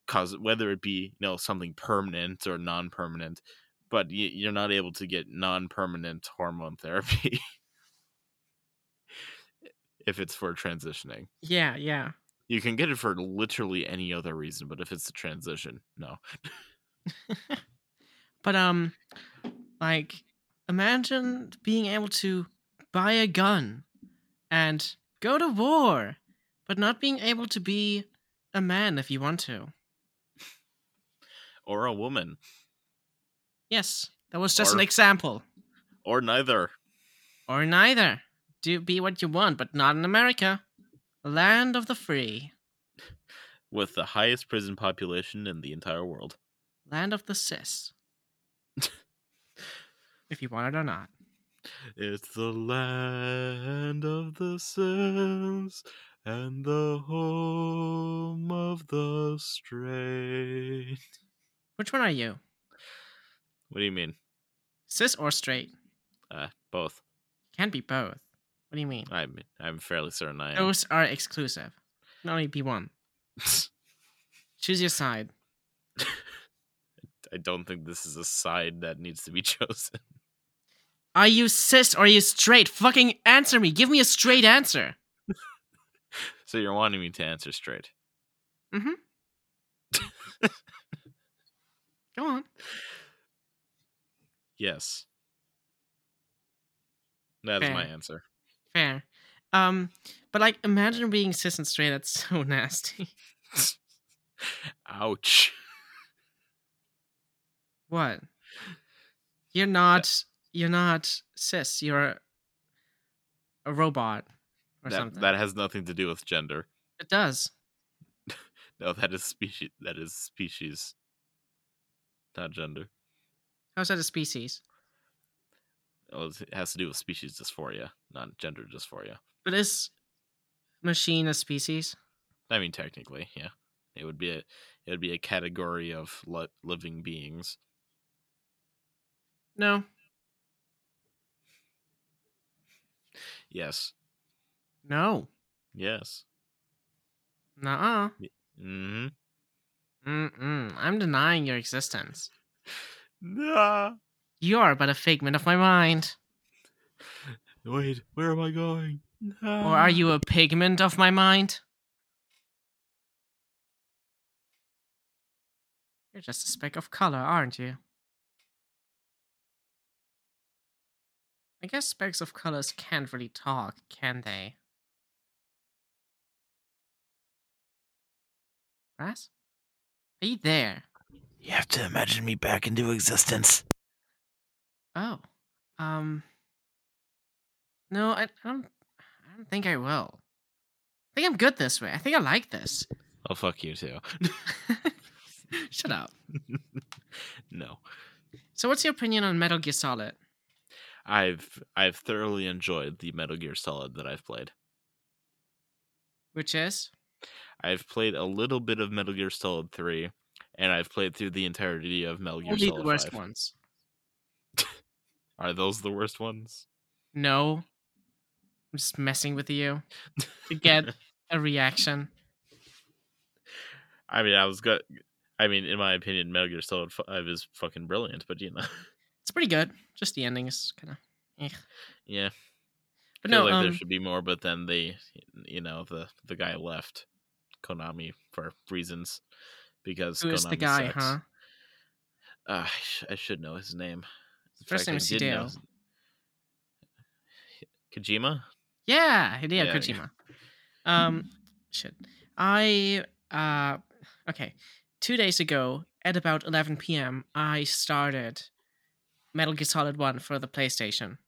S3: cause whether it be you know something permanent or non-permanent but y- you're not able to get non-permanent hormone (laughs) therapy if it's for transitioning
S2: Yeah, yeah.
S3: you can get it for literally any other reason but if it's a transition no
S2: But um, like, imagine being able to buy a gun and go to war, but not being able to be a man if you want to.
S3: or a woman
S2: Yes, that was just an
S3: Or-
S2: example.
S3: or neither
S2: Or neither. Do be what you want, but not in America, land of the free,
S3: with the highest prison population in the entire world
S2: land of the cis. if you want it or not.
S3: It's the land of the sims and the home of the straight.
S2: Which one are you,
S3: What do you mean?
S2: cis or straight?
S3: Uh, both.
S2: Can be both. What do you mean?
S3: I mean, I'm fairly certain I am.
S2: Those are exclusive. Can only be one. Choose your side.
S3: (laughs) I don't think this is a side that needs to be (laughs) chosen.
S2: Are you cis or are you straight? Fucking answer me. Give me a straight answer.
S3: So you're wanting me to answer straight.
S2: Go on.
S3: Yes. That is my
S2: Fair.
S3: answer. (laughs)
S2: Fair. Um, but like, imagine being cis and straight. That's (laughs) so nasty.
S3: Ouch.
S2: What? You're not. You're not cis. You're a robot or
S3: That,
S2: something.
S3: that has nothing to do with gender.
S2: it does.
S3: No, that is species. That is species, not gender.
S2: How's that a species?
S3: Oh, it's- it has to do with species dysphoria, not gender dysphoria.
S2: But is machine a species?
S3: I mean, technically, yeah, it would be a it would be a category of li- living beings.
S2: No.
S3: Yes,
S2: No.
S3: yes.
S2: Nuh-uh.
S3: Mm-hmm.
S2: Mm-mm. I'm denying your existence.
S3: Nah.
S2: You are but a figment of my mind.
S3: Wait, where am I going?
S2: Or are you a pigment of my mind? You're just a speck of color, aren't you? I guess specks of colors can't really talk, can they? Brass? Are you there?
S4: You have to imagine me back into existence.
S2: Oh. Um No, I, I don't I don't think I will. I think I'm good this way. I think I like this.
S3: Oh, fuck you too.
S2: (laughs) Shut up.
S3: No,
S2: So what's your opinion on Metal Gear Solid?
S3: I've I've thoroughly enjoyed the Metal Gear Solid that I've played.
S2: Which is?
S3: I've played a little bit of Metal Gear Solid Three, and I've played through the entirety of Metal Gear
S2: Only
S3: Solid
S2: the worst
S3: 5.
S2: ones.
S3: Are those the worst ones?
S2: No. I'm just messing with you to get a reaction.
S3: (laughs) I mean, I was good. I mean, in my opinion, Metal Gear Solid Five is fucking brilliant. But you know, (laughs)
S2: It's pretty good. Just the ending is kind of.
S3: yeah,
S2: But
S3: I feel
S2: no,
S3: like there
S2: um,
S3: should be more. But then they, you know, the the guy left Konami for reasons because
S2: who
S3: Konami
S2: is the guy,
S3: sucks.
S2: huh?
S3: Uh, I, sh- I should know his name. In
S2: First
S3: fact, I
S2: name is
S3: did know
S2: Hideo.
S3: his- Kojima.
S2: Yeah, Hideo
S3: Yeah.
S2: Kojima. Um, shit. I uh, okay. Two days ago, at about 11 p.m., I started Metal Gear Solid One for the PlayStation,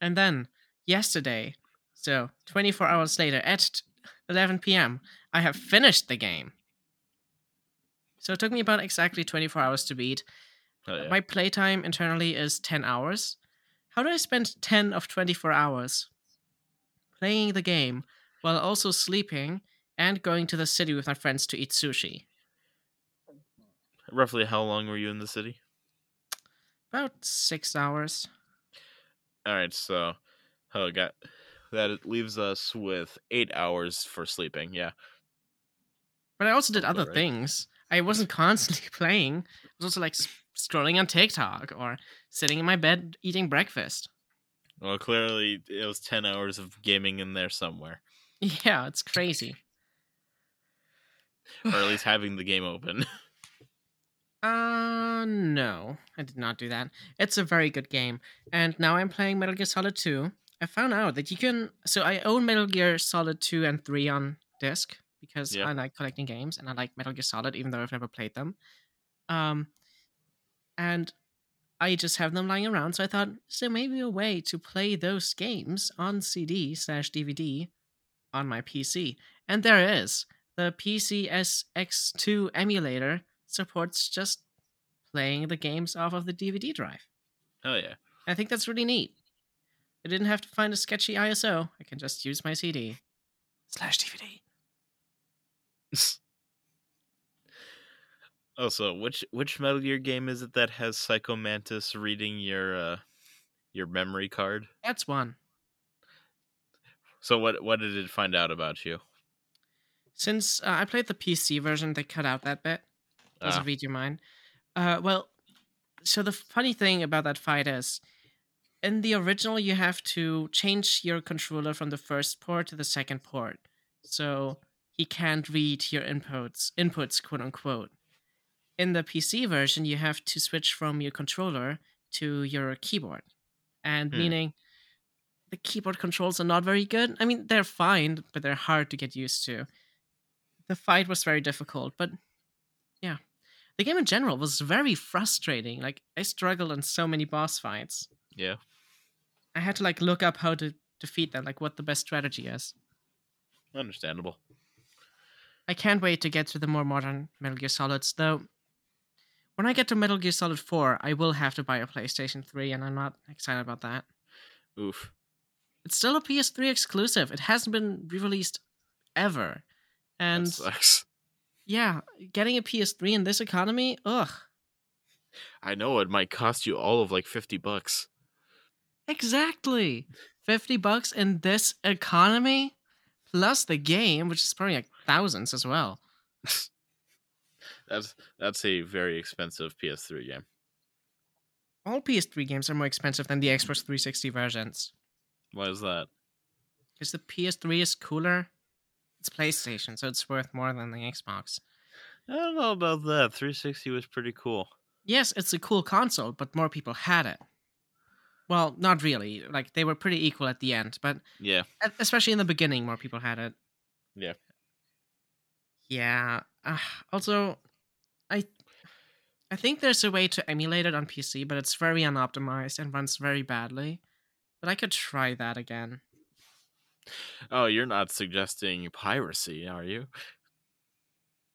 S2: and then yesterday, so 24 hours later, at t- 11 p.m., I have finished the game. So it took me about exactly 24 hours to beat.
S3: Oh, yeah.
S2: My playtime internally is 10 hours. How do I spend 10 of 24 hours playing the game while also sleeping and going to the city with my friends to eat sushi?
S3: Roughly how long were you in the city?
S2: About six hours.
S3: All right, so oh, got that leaves us with eight hours for sleeping. Yeah,
S2: But I also did other
S3: Alright.
S2: things. I wasn't (laughs) constantly playing. I was also like s- scrolling on TikTok or sitting in my bed eating breakfast. (laughs)
S3: Well, clearly it was ten hours of gaming in there somewhere,
S2: Yeah, it's crazy.
S3: or
S2: (sighs)
S3: at least having the game open. (laughs)
S2: Uh, no, I did not do that. It's a very good game, and now I'm playing Metal Gear Solid 2. I found out that you can. So I own Metal Gear Solid 2 and 3 on disc because
S3: Yeah.
S2: I like collecting games and I like Metal Gear Solid, even though I've never played them. Um, and I just have them lying around, so I thought, is there maybe a way to play those games on CD slash DVD on my PC? And there is. The PCSX2 emulator supports just playing the games off of the DVD drive.
S3: oh yeah, (laughs)
S2: I think that's really neat. I didn't have to find a sketchy ISO. I can just use my CD slash DVD.
S3: Also, which which Metal Gear game is it that has Psycho Mantis reading your uh your memory card?
S2: That's one.
S3: So what what did it find out about you?
S2: Since uh, I played the PC version, they cut out that bit. Doesn't
S3: Ah.
S2: read your mind. Uh, well, so the funny thing about that fight is, in the original, you have to change your controller from the first port to the second port, so he can't read your inputs, inputs quote unquote. In the PC version, you have to switch from your controller to your keyboard, and
S3: Hmm.
S2: meaning the keyboard controls are not very good. I mean, they're fine, but they're hard to get used to. The fight was very difficult, but yeah. The game in general was very frustrating. Like I struggled on so many boss fights.
S3: Yeah.
S2: I had to like look up how to defeat them, like what the best strategy is.
S3: Understandable.
S2: I can't wait to get to the more modern Metal Gear Solids, though. When I get to Metal Gear Solid 4, I will have to buy a PlayStation 3, and I'm not excited about that.
S3: Oof.
S2: It's still a PS3 exclusive. It hasn't been re released ever.
S3: That
S2: And
S3: sucks. (laughs)
S2: yeah, getting a PS3 in this economy, ugh.
S3: I know it might cost you all of like fifty bucks.
S2: Exactly. 50 bucks in this economy plus the game, which is probably like thousands as well.
S3: That's that's a very expensive PS3 game.
S2: All PS3 games are more expensive than the Xbox 360 versions
S3: Why is that?
S2: because the PS3 is cooler. It's PlayStation, so it's worth more than the Xbox.
S3: I don't know about that. 360 was pretty cool.
S2: Yes, it's a cool console, but more people had it. Well, not really. Like they were pretty equal at the end, but
S3: Yeah.
S2: e- especially in the beginning, more people had it.
S3: Yeah.
S2: Yeah. Uh, also, I I think there's a way to emulate it on PC, but it's very unoptimized and runs very badly. But I could try that again.
S3: Oh, you're not suggesting piracy, are you?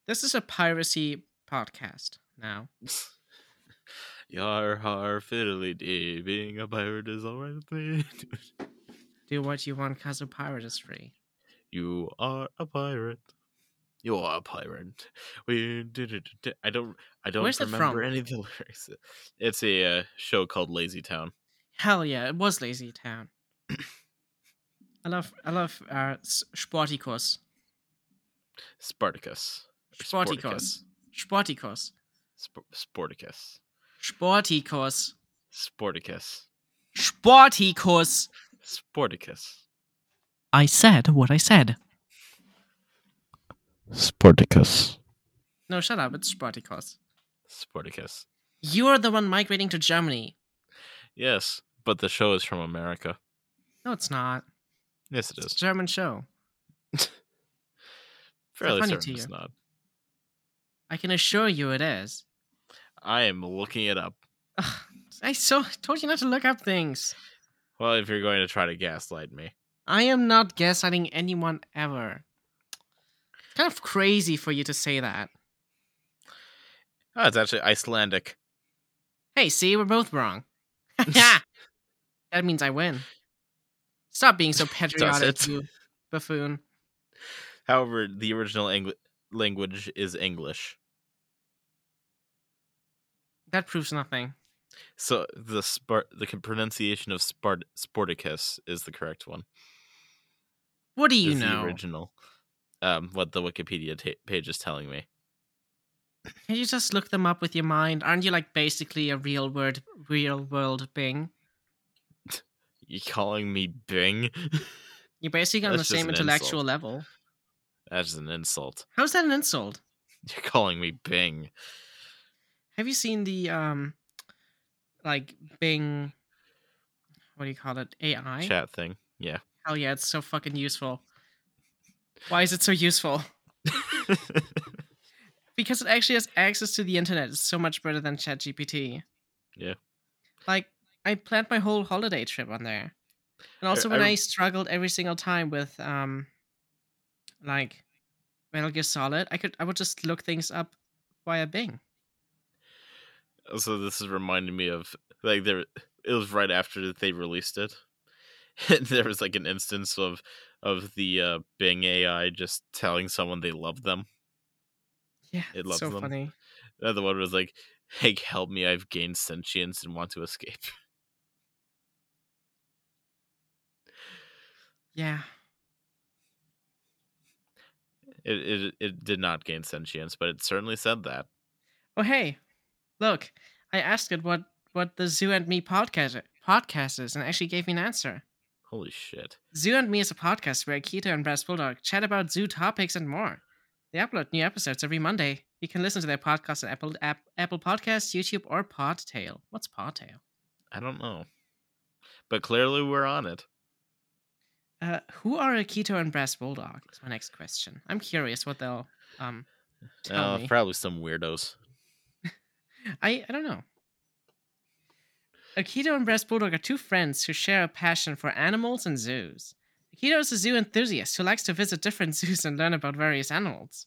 S2: This is a piracy podcast now.
S3: Yar har fiddly dee, being a pirate is alright with me. (laughs)
S2: Do what you want, cause a pirate is free.
S3: you are a pirate. You are a pirate. (laughs) We did it. I don't. I don't
S2: Where's that
S3: remember
S2: from?
S3: any of the (laughs) lyrics. It's a uh, show called Lazy Town.
S2: Hell yeah, it was Lazy Town. (coughs) I love I love uh, S- Sporticus.
S3: Spartacus. Or
S2: Sporticus. Sporticus.
S3: Sp- Sporticus.
S2: Sporticus.
S3: Sporticus.
S2: Sporticus.
S3: Sporticus.
S2: I said what I said.
S4: Sporticus.
S2: No, shut up. It's Spartacus.
S3: Sporticus.
S2: You're the one migrating to Germany.
S3: Yes, but the show is from America.
S2: No, it's not.
S3: Yes, it
S2: It's a
S3: is.
S2: German show.
S3: Fairly
S2: funny to
S3: certain it's
S2: you.
S3: not.
S2: I can assure you it is.
S3: I am looking it up.
S2: Ugh, I so told you not to look up things.
S3: Well, if you're going to try to gaslight me,
S2: I am not gaslighting anyone ever. Kind of crazy for you to say that.
S3: oh, it's actually Icelandic.
S2: Hey, see, we're both
S3: (laughs)
S2: wrong. (laughs) Yeah. that means I win. Stop being
S3: (laughs)
S2: so patriotic,
S3: it?
S2: you buffoon.
S3: However, the original Engl- language is English.
S2: That proves nothing.
S3: So the Spart- the con- pronunciation of Spart- Sporticus is the correct one.
S2: What do you
S3: is
S2: know?
S3: The original. um, what the Wikipedia ta page is telling me.
S2: Can you just look them up with your mind? Aren't you like basically a real world, real world Bing?
S3: You calling me Bing? (laughs)
S2: You're basically on
S3: That's
S2: the
S3: just
S2: same
S3: an
S2: intellectual
S3: insult.
S2: level.
S3: That's an insult. (laughs)
S2: How's that an insult?
S3: You're calling me Bing.
S2: Have you seen the um, like Bing? What do you call it? AI.
S3: Chat thing. Yeah. (laughs)
S2: Hell yeah, it's so fucking useful. Why is it so useful? Because it actually has access to the internet. It's so much better than ChatGPT.
S3: Yeah.
S2: Like I planned my whole holiday trip on there, and also
S3: I-
S2: when
S3: I-
S2: I, struggled every single time with um, like Metal Gear Solid, I could I would just look things up via Bing.
S3: so this is reminding me of like there it was right after that they released it (laughs) and there was like an instance of of the uh bing ai just telling someone they love them
S2: Yeah,
S3: It
S2: it's
S3: loves
S2: so
S3: them.
S2: funny.
S3: the other one was like hey help me i've gained sentience and want to escape (laughs)
S2: Yeah.
S3: it it, it did not gain sentience but it certainly said that
S2: Oh hey, look, I asked it what what the Zoo and Me podcast podcast is, and it actually gave me an answer.
S3: holy shit
S2: Zoo and Me is a podcast where Akita and Brass Bulldog chat about zoo topics and more. They upload new episodes every Monday. You can listen to their podcast on Apple app, Apple Podcasts, YouTube, or Podtail. What's Podtail?
S3: i don't know but clearly we're on it
S2: Uh, who are Akito and Brass Bulldog? Is my next question. I'm curious what they'll um tell
S3: uh,
S2: me.
S3: probably some weirdos (laughs)
S2: I, I don't know. Akito and Brass Bulldog are two friends who share a passion for animals and zoos. Akito is a zoo enthusiast who likes to visit different (laughs) zoos and learn about various animals.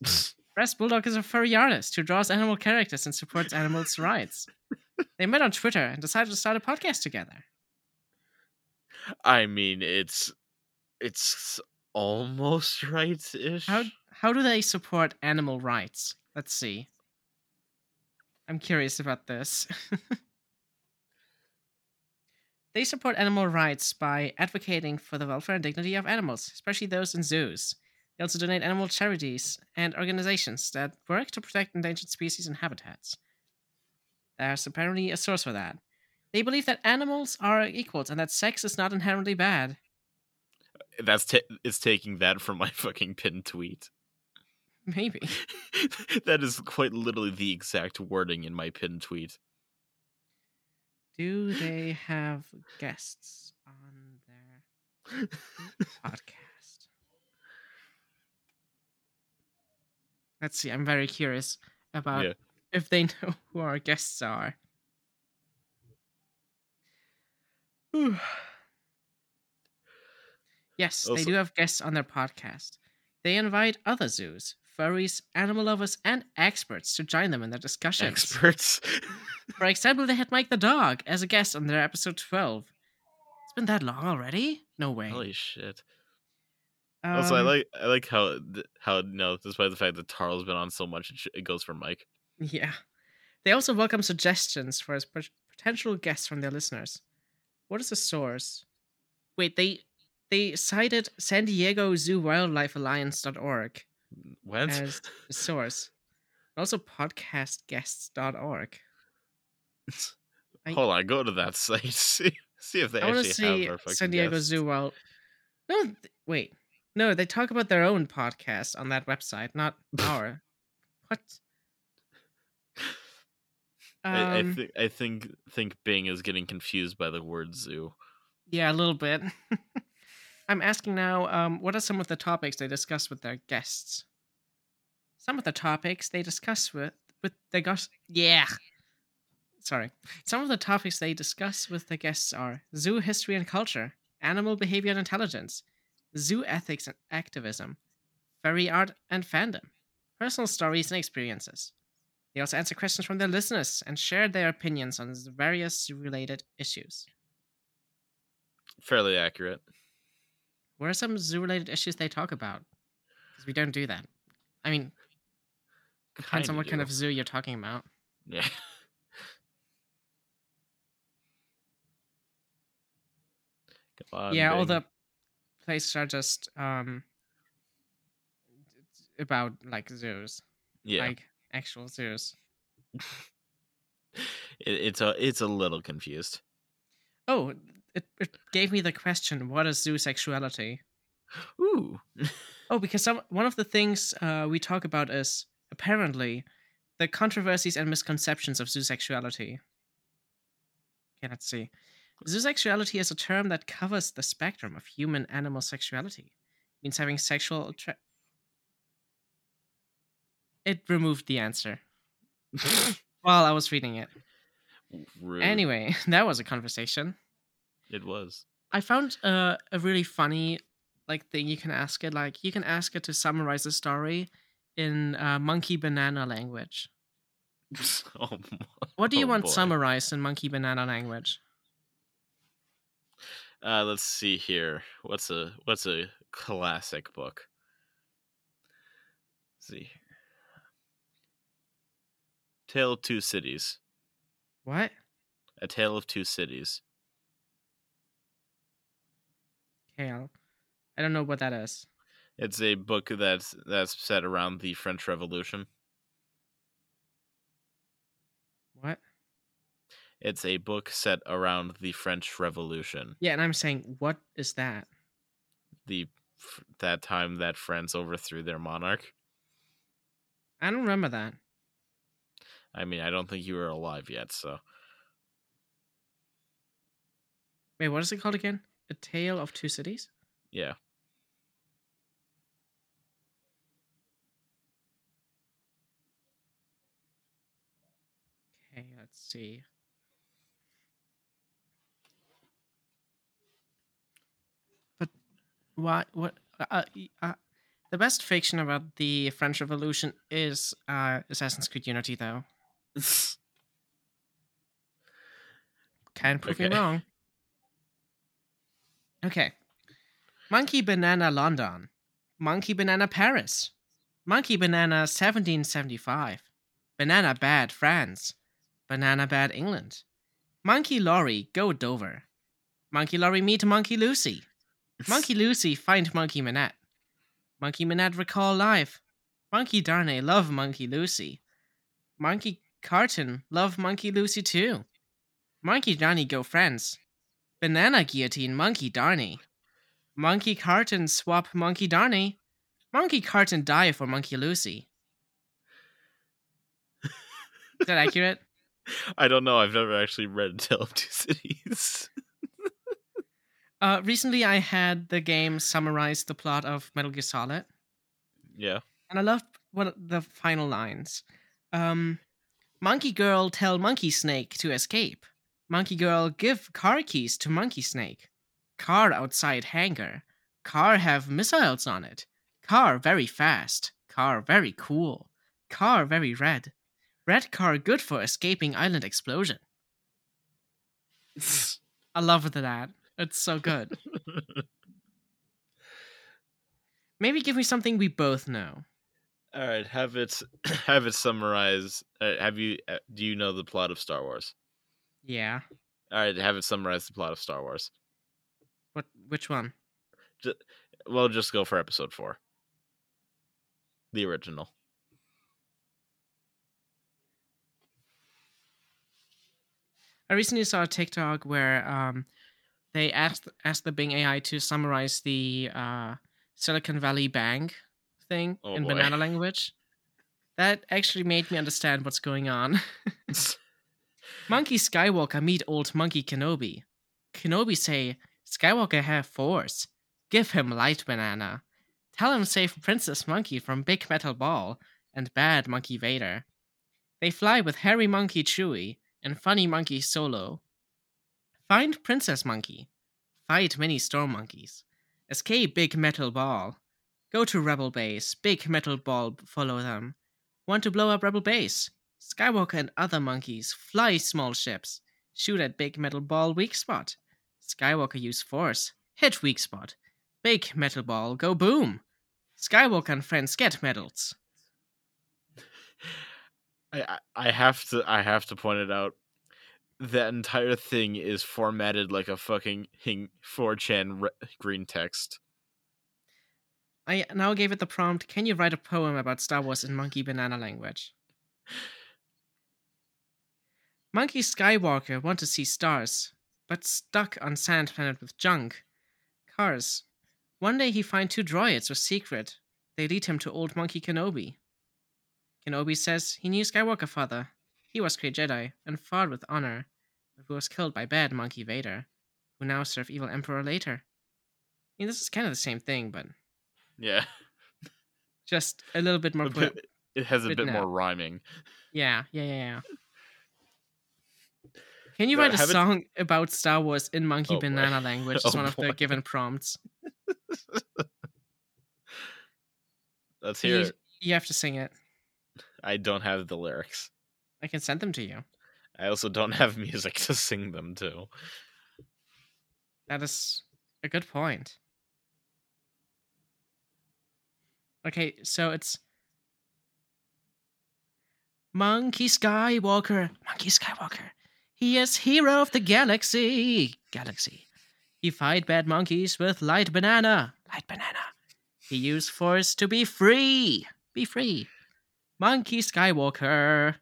S2: Brass Bulldog is a furry artist who draws animal characters and supports animals' rights. They met on Twitter and decided to start a podcast together.
S3: i mean it's it's almost (laughs) right ish
S2: How how do they support animal rights? Let's see. I'm curious about this. (laughs) they support animal rights by advocating for the welfare and dignity of animals, especially those in zoos. They also donate animal charities and organizations that work to protect endangered species and habitats. There's apparently a source for that. They believe that animals are equals and that sex is not inherently bad. (laughs)
S3: that's ta it's taking that from my (laughs) fucking pinned tweet. (laughs)
S2: Maybe.
S3: that is quite literally the exact wording in my pinned tweet.
S2: Do they have guests on their
S3: (laughs)
S2: podcast? Let's see. I'm very curious about
S3: Yeah.
S2: if they (laughs) know who our guests are. (sighs) Whew. yes, they
S3: Also-
S2: do have guests on their podcast. They invite other zoos, furries, animal lovers, and experts to join them in their discussions.
S3: Experts. (laughs)
S2: For example, they had Mike the dog as a guest on their episode 12. It's been that long already? No way.
S3: Holy shit. also, I
S2: Um,
S3: like I like how th- how no, despite the fact that Tarl's been on so much, it, sh- it goes for Mike.
S2: Yeah. They also welcome suggestions for as pot- potential guests from their listeners. What is the source? Wait, they they cited San Diego Zoo Wildlife Alliance.org
S3: What?
S2: as the source. And Also podcastguests.org. I-
S3: Hold on, go to that (laughs) site. See, see if they
S2: I want
S3: actually
S2: to see
S3: have our fucking
S2: San Diego
S3: guests.
S2: Zoo Wild. No, th- wait. No, they talk about their own podcast on that website,
S3: (laughs)
S2: not our. What?
S3: I, I
S2: Um,
S3: think I think think Bing is getting confused by the word zoo.
S2: yeah, a little bit. (laughs) I'm asking now. Um, what are some of the topics they discuss with their guests? Some of the topics they discuss with with their guests. Yeah. Sorry. Some of the topics they discuss with the guests are zoo history and culture, animal behavior and intelligence, zoo ethics and activism, furry art and fandom, personal stories and experiences. They also answer questions from their listeners and share their opinions on various related issues.
S3: Fairly accurate.
S2: What are some zoo related issues they talk about? Because we don't do that. I mean, depends
S3: Kinda
S2: on what kind
S3: do.
S2: of zoo you're talking about.
S3: Yeah. (laughs) Come on,
S2: yeah, all
S3: Bing.
S2: the places are just um, about like zoos,
S3: Yeah,
S2: like actual zoos.
S3: it, it's a it's a little confused.
S2: Oh, it, it gave me the question: What is zoo sexuality?
S3: Ooh, (laughs)
S2: Oh, because some, one of the things uh, we talk about is apparently the controversies and misconceptions of zoosexuality. Okay, let's see. Zoosexuality is a term that covers the spectrum of human animal sexuality. It means having sexual attra- It removed the answer (laughs) while I was reading it.
S3: Rude.
S2: Anyway, (laughs) that was a conversation.
S3: it was.
S2: I found uh, a really funny like thing you can ask it. Like you can ask it to summarize a story in uh, monkey banana language.
S3: (laughs) oh, my-
S2: What do you
S3: oh,
S2: want
S3: boy.
S2: summarized in monkey banana language?
S3: Uh, let's see here. What's a what's a classic book? Let's see here. Tale of Two Cities.
S2: What?
S3: A Tale of Two Cities.
S2: Okay, I'll, I don't know what that is.
S3: It's a book that's that's set around the French Revolution.
S2: What?
S3: It's a book set around the French Revolution.
S2: Yeah, and I'm saying, what is that?
S3: The f- that time that France overthrew their monarch.
S2: I don't remember that.
S3: I mean, I don't think you were alive yet, so (laughs)
S2: Wait, what is it called again? A Tale of Two Cities?
S3: yeah.
S2: Okay, let's see. But why? What? Uh, uh, y- uh, the best fiction about the French Revolution is uh, Assassin's Creed Unity, though. Can't prove me
S3: Okay.
S2: wrong. Okay. Monkey Banana London. Monkey Banana Paris. Monkey Banana 1775. Banana Bad France. Banana Bad England. Monkey Laurie Go Dover. Monkey Laurie Meet Monkey Lucy. Monkey Lucy Find Monkey Manette. Monkey Manette Recall Life. Monkey Darnay Love Monkey Lucy. Monkey Carton Love Monkey Lucy too. Monkey Johnny Go Friends. Banana Guillotine Monkey Darnay. Monkey Carton Swap Monkey Darnay. Monkey Carton Die for Monkey Lucy. Is that accurate?
S3: I don't know. I've never actually read (laughs) Tale of Two Cities.
S2: Uh, recently, I had the game summarize the plot of Metal Gear Solid.
S3: yeah.
S2: and I love one of the final lines. Um, monkey girl tell monkey snake to escape. Monkey girl give car keys to monkey snake. Car outside hangar. Car have missiles on it. Car very fast. Car very cool. Car very red. Red car good for escaping island explosion. I love that. It's so good. Maybe give me something we both know.
S3: All right, have it (clears throat) have it summarize. Uh, have you uh, do you know the plot of Star Wars?
S2: Yeah.
S3: All right, have it summarize the plot of Star Wars.
S2: What? Which one?
S3: Well, just go for episode 4. The original. (laughs)
S2: I recently saw a TikTok where um, they asked asked the Bing AI to summarize the uh, Silicon Valley Bank thing
S3: Oh,
S2: in
S3: boy.
S2: banana language. That actually made me understand what's going on. monkey Skywalker meet old monkey Kenobi. Kenobi say, "Skywalker have force. Give him light banana. Tell him save Princess Monkey from Big Metal Ball and Bad Monkey Vader." They fly with Hairy Monkey Chewie and Funny Monkey Solo. Find Princess Monkey. Fight many storm monkeys. Escape Big Metal Ball. Go to Rebel Base. Big Metal Ball b- follow them. Want to blow up Rebel Base? Skywalker and other monkeys fly small ships. Shoot at Big Metal Ball weak spot. Skywalker use force. Hit weak spot. Big Metal Ball go boom. Skywalker and friends get medals.
S3: I I I have to I have to point it out. That entire thing is formatted like a fucking hing- 4chan re- green text.
S2: I now gave it the prompt Can you write a poem about Star Wars in monkey banana language? Monkey Skywalker want to see stars, but stuck on sand planet with junk. Cars. One day he find two droids with secret. They lead him to old monkey Kenobi. Kenobi says he knew Skywalker father. He was great Jedi and fought with honor, but who was killed by bad monkey Vader, who now serve evil emperor later. I mean, this is kind of the same thing, but
S3: Yeah. (laughs)
S2: just a little bit more.
S3: A
S2: po-
S3: bit- it has a
S2: bit
S3: bit
S2: now.
S3: more rhyming.
S2: yeah, yeah, yeah, yeah. Can you
S3: No,
S2: write a
S3: have it-
S2: song about Star Wars in monkey
S3: Oh, boy. (laughs)
S2: banana language? Is
S3: Oh,
S2: one of
S3: boy.
S2: the given prompts.
S3: Let's
S2: So you-
S3: hear it.
S2: You have to sing it.
S3: I don't have the lyrics.
S2: I can send them to you.
S3: I also don't (laughs) have music to sing them to.
S2: That is a good point. Okay, so it's Monkey Skywalker. Monkey Skywalker. He is hero of the galaxy. Galaxy. He fight bad monkeys with light banana. Light banana. He use force to be free. Be free. Monkey Skywalker.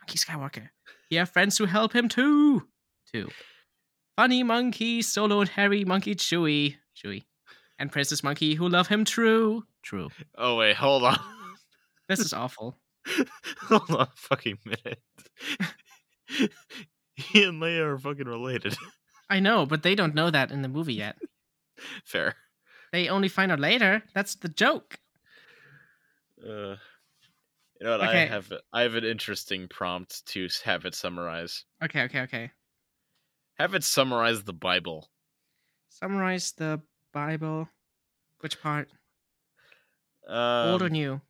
S2: Monkey Skywalker. He have friends who help him too. Too. Funny Monkey, Solo and Harry, Monkey Chewy, Chewy, and Princess Monkey, who love him true, true.
S3: Oh wait, hold on. (laughs)
S2: This is awful.
S3: hold on a fucking minute. (laughs) he and Leia are fucking related. (laughs)
S2: I know, but they don't know that in the movie yet.
S3: Fair.
S2: They only find out later. That's the joke.
S3: Uh, you know what? I
S2: Okay.
S3: have I have an interesting prompt to s- have it summarize.
S2: Okay, okay, okay.
S3: Have it summarize the Bible.
S2: Summarize the Bible. Which part?
S3: Um,
S2: Old or new?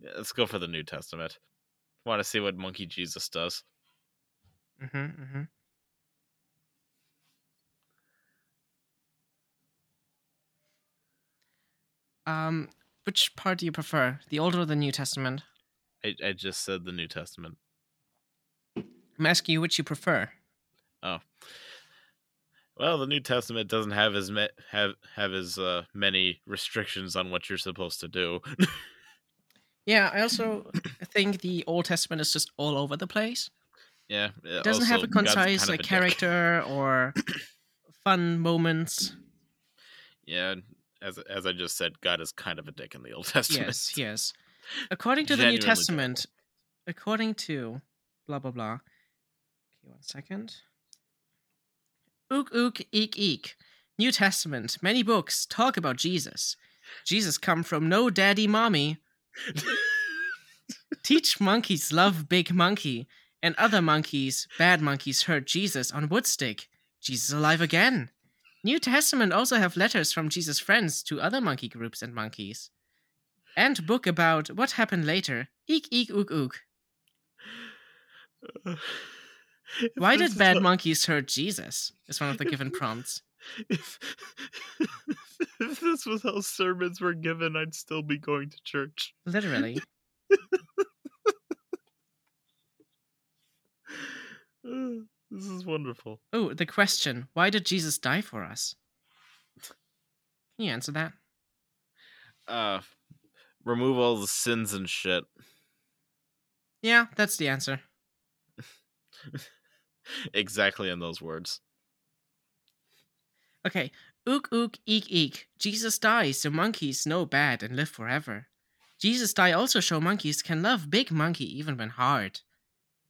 S3: yeah, Let's go for the New Testament. Want to see what Monkey Jesus does?
S2: Mm-hmm, mm-hmm. Um, which part do you prefer? The Old or the New Testament?
S3: I, I just said the New Testament.
S2: I'm asking you which you prefer.
S3: Well, the New Testament doesn't have as ma- have have as uh, many restrictions on what you're supposed to do.
S2: Yeah, I also think the Old Testament is just all over the place.
S3: yeah, uh,
S2: It doesn't have
S3: also,
S2: a
S3: God's
S2: concise
S3: kind of
S2: like
S3: a dick.
S2: character
S3: (clears throat)
S2: or fun moments.
S3: (laughs) Yeah, as as I just said, God is kind of a dick in the Old (laughs) Testament.
S2: Yes, yes. According to the New
S3: Genuinely terrible.
S2: Testament, according to blah blah blah. Okay, one second. Ook ook eek eek. New Testament. Many books talk about Jesus. Jesus come from no daddy mommy. Teach monkeys love big monkey, and other monkeys, bad monkeys hurt Jesus on woodstick. Jesus alive again. New Testament also have letters from Jesus' friends to other monkey groups and monkeys. And book about what happened later. Eek eek ook ook.
S3: If
S2: Why
S3: (laughs) this
S2: did
S3: is
S2: bad
S3: what-
S2: monkeys hurt Jesus? Is one of the given prompts.
S3: If, (laughs) if this was how sermons were given, I'd still be going to
S2: (laughs)
S3: church. (sighs)
S2: Literally.
S3: Uh, This is wonderful.
S2: Oh, the question why did Jesus die for us? Can you answer that?
S3: Uh, remove all the sins and shit. (laughs)
S2: Yeah, that's the answer.
S3: Exactly in those words.
S2: Okay. Ook ook eek eek. Jesus dies so monkeys know bad and live forever. Jesus die also show monkeys can love big monkey even when hard.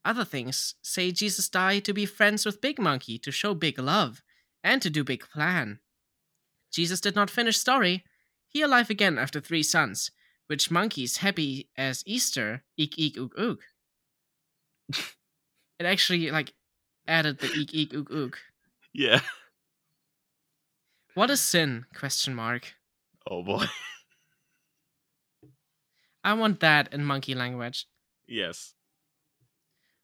S2: Other things say Jesus die to be friends with big monkey to show big love and to do big plan. Jesus did not finish story. He alive again after three sons, which monkeys happy as Easter. Eek eek ook ook. (laughs) it actually like added the eek eek ook ook.
S3: Yeah.
S2: What is sin? Question mark.
S3: (laughs) Oh boy. (laughs)
S2: I want that in monkey language.
S3: Yes.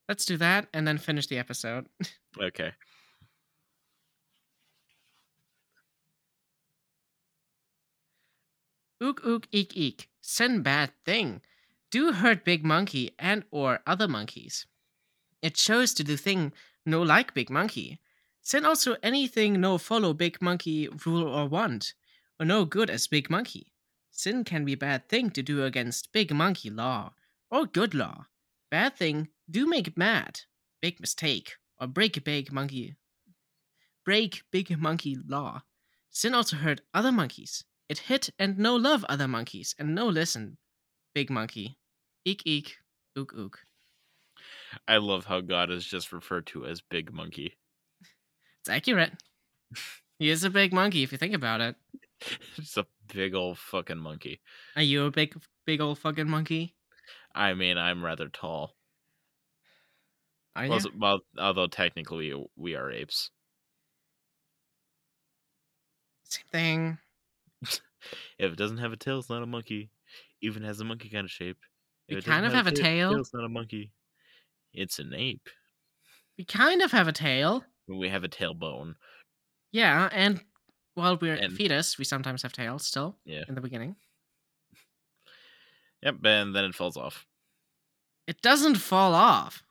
S2: Let's do that and then finish the episode.
S3: Okay.
S2: Ook ook eek eek. Sin bad thing. Do hurt big monkey and or other monkeys. It shows to do thing no like big monkey. Sin also anything no follow big monkey rule or want, or no good as big monkey. Sin can be bad thing to do against big monkey law or good law. Bad thing do make mad, big mistake, or break big monkey. Break big monkey law. Sin also hurt other monkeys. It hit and no love other monkeys and no listen, big monkey. Eek eek, ook ook.
S3: I love how God is just referred to as Big Monkey. (laughs)
S2: It's accurate. He is a big monkey if you think about it.
S3: Just a big old fucking monkey.
S2: Are you a big, big old fucking monkey?
S3: I mean, I'm rather tall.
S2: Are you?
S3: Well, well, although technically we are apes.
S2: Same thing.
S3: If it doesn't have a tail, it's not a monkey. Even has a monkey kind of shape.
S2: We
S3: If it
S2: kind
S3: doesn't
S2: of have a tail.
S3: It's not a monkey. It's an ape.
S2: We kind of have a tail.
S3: We have a tailbone.
S2: Yeah, and while we're
S3: And-
S2: fetus, we sometimes have tails still
S3: Yeah.
S2: in the beginning.
S3: Yep, and then it falls off.
S2: It doesn't fall
S3: (laughs)
S2: off.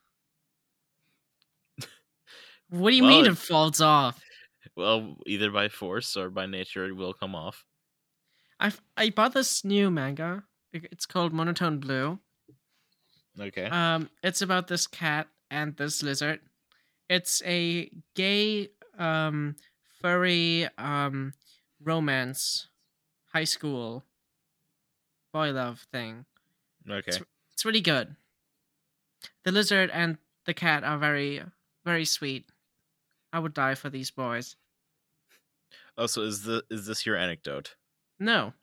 S2: What do you
S3: Well,
S2: mean
S3: it-
S2: it falls off?
S3: Well, either by force or by nature, it will come off.
S2: I I bought this new manga. It- It's called Monotone Blue.
S3: Okay.
S2: Um, it's about this cat and this lizard. It's a gay, um, furry, um, romance, high school, boy love thing.
S3: okay.
S2: It's really good. The lizard and the cat are very, very sweet. I would die for these boys.
S3: Oh, so is the is this your anecdote?
S2: No,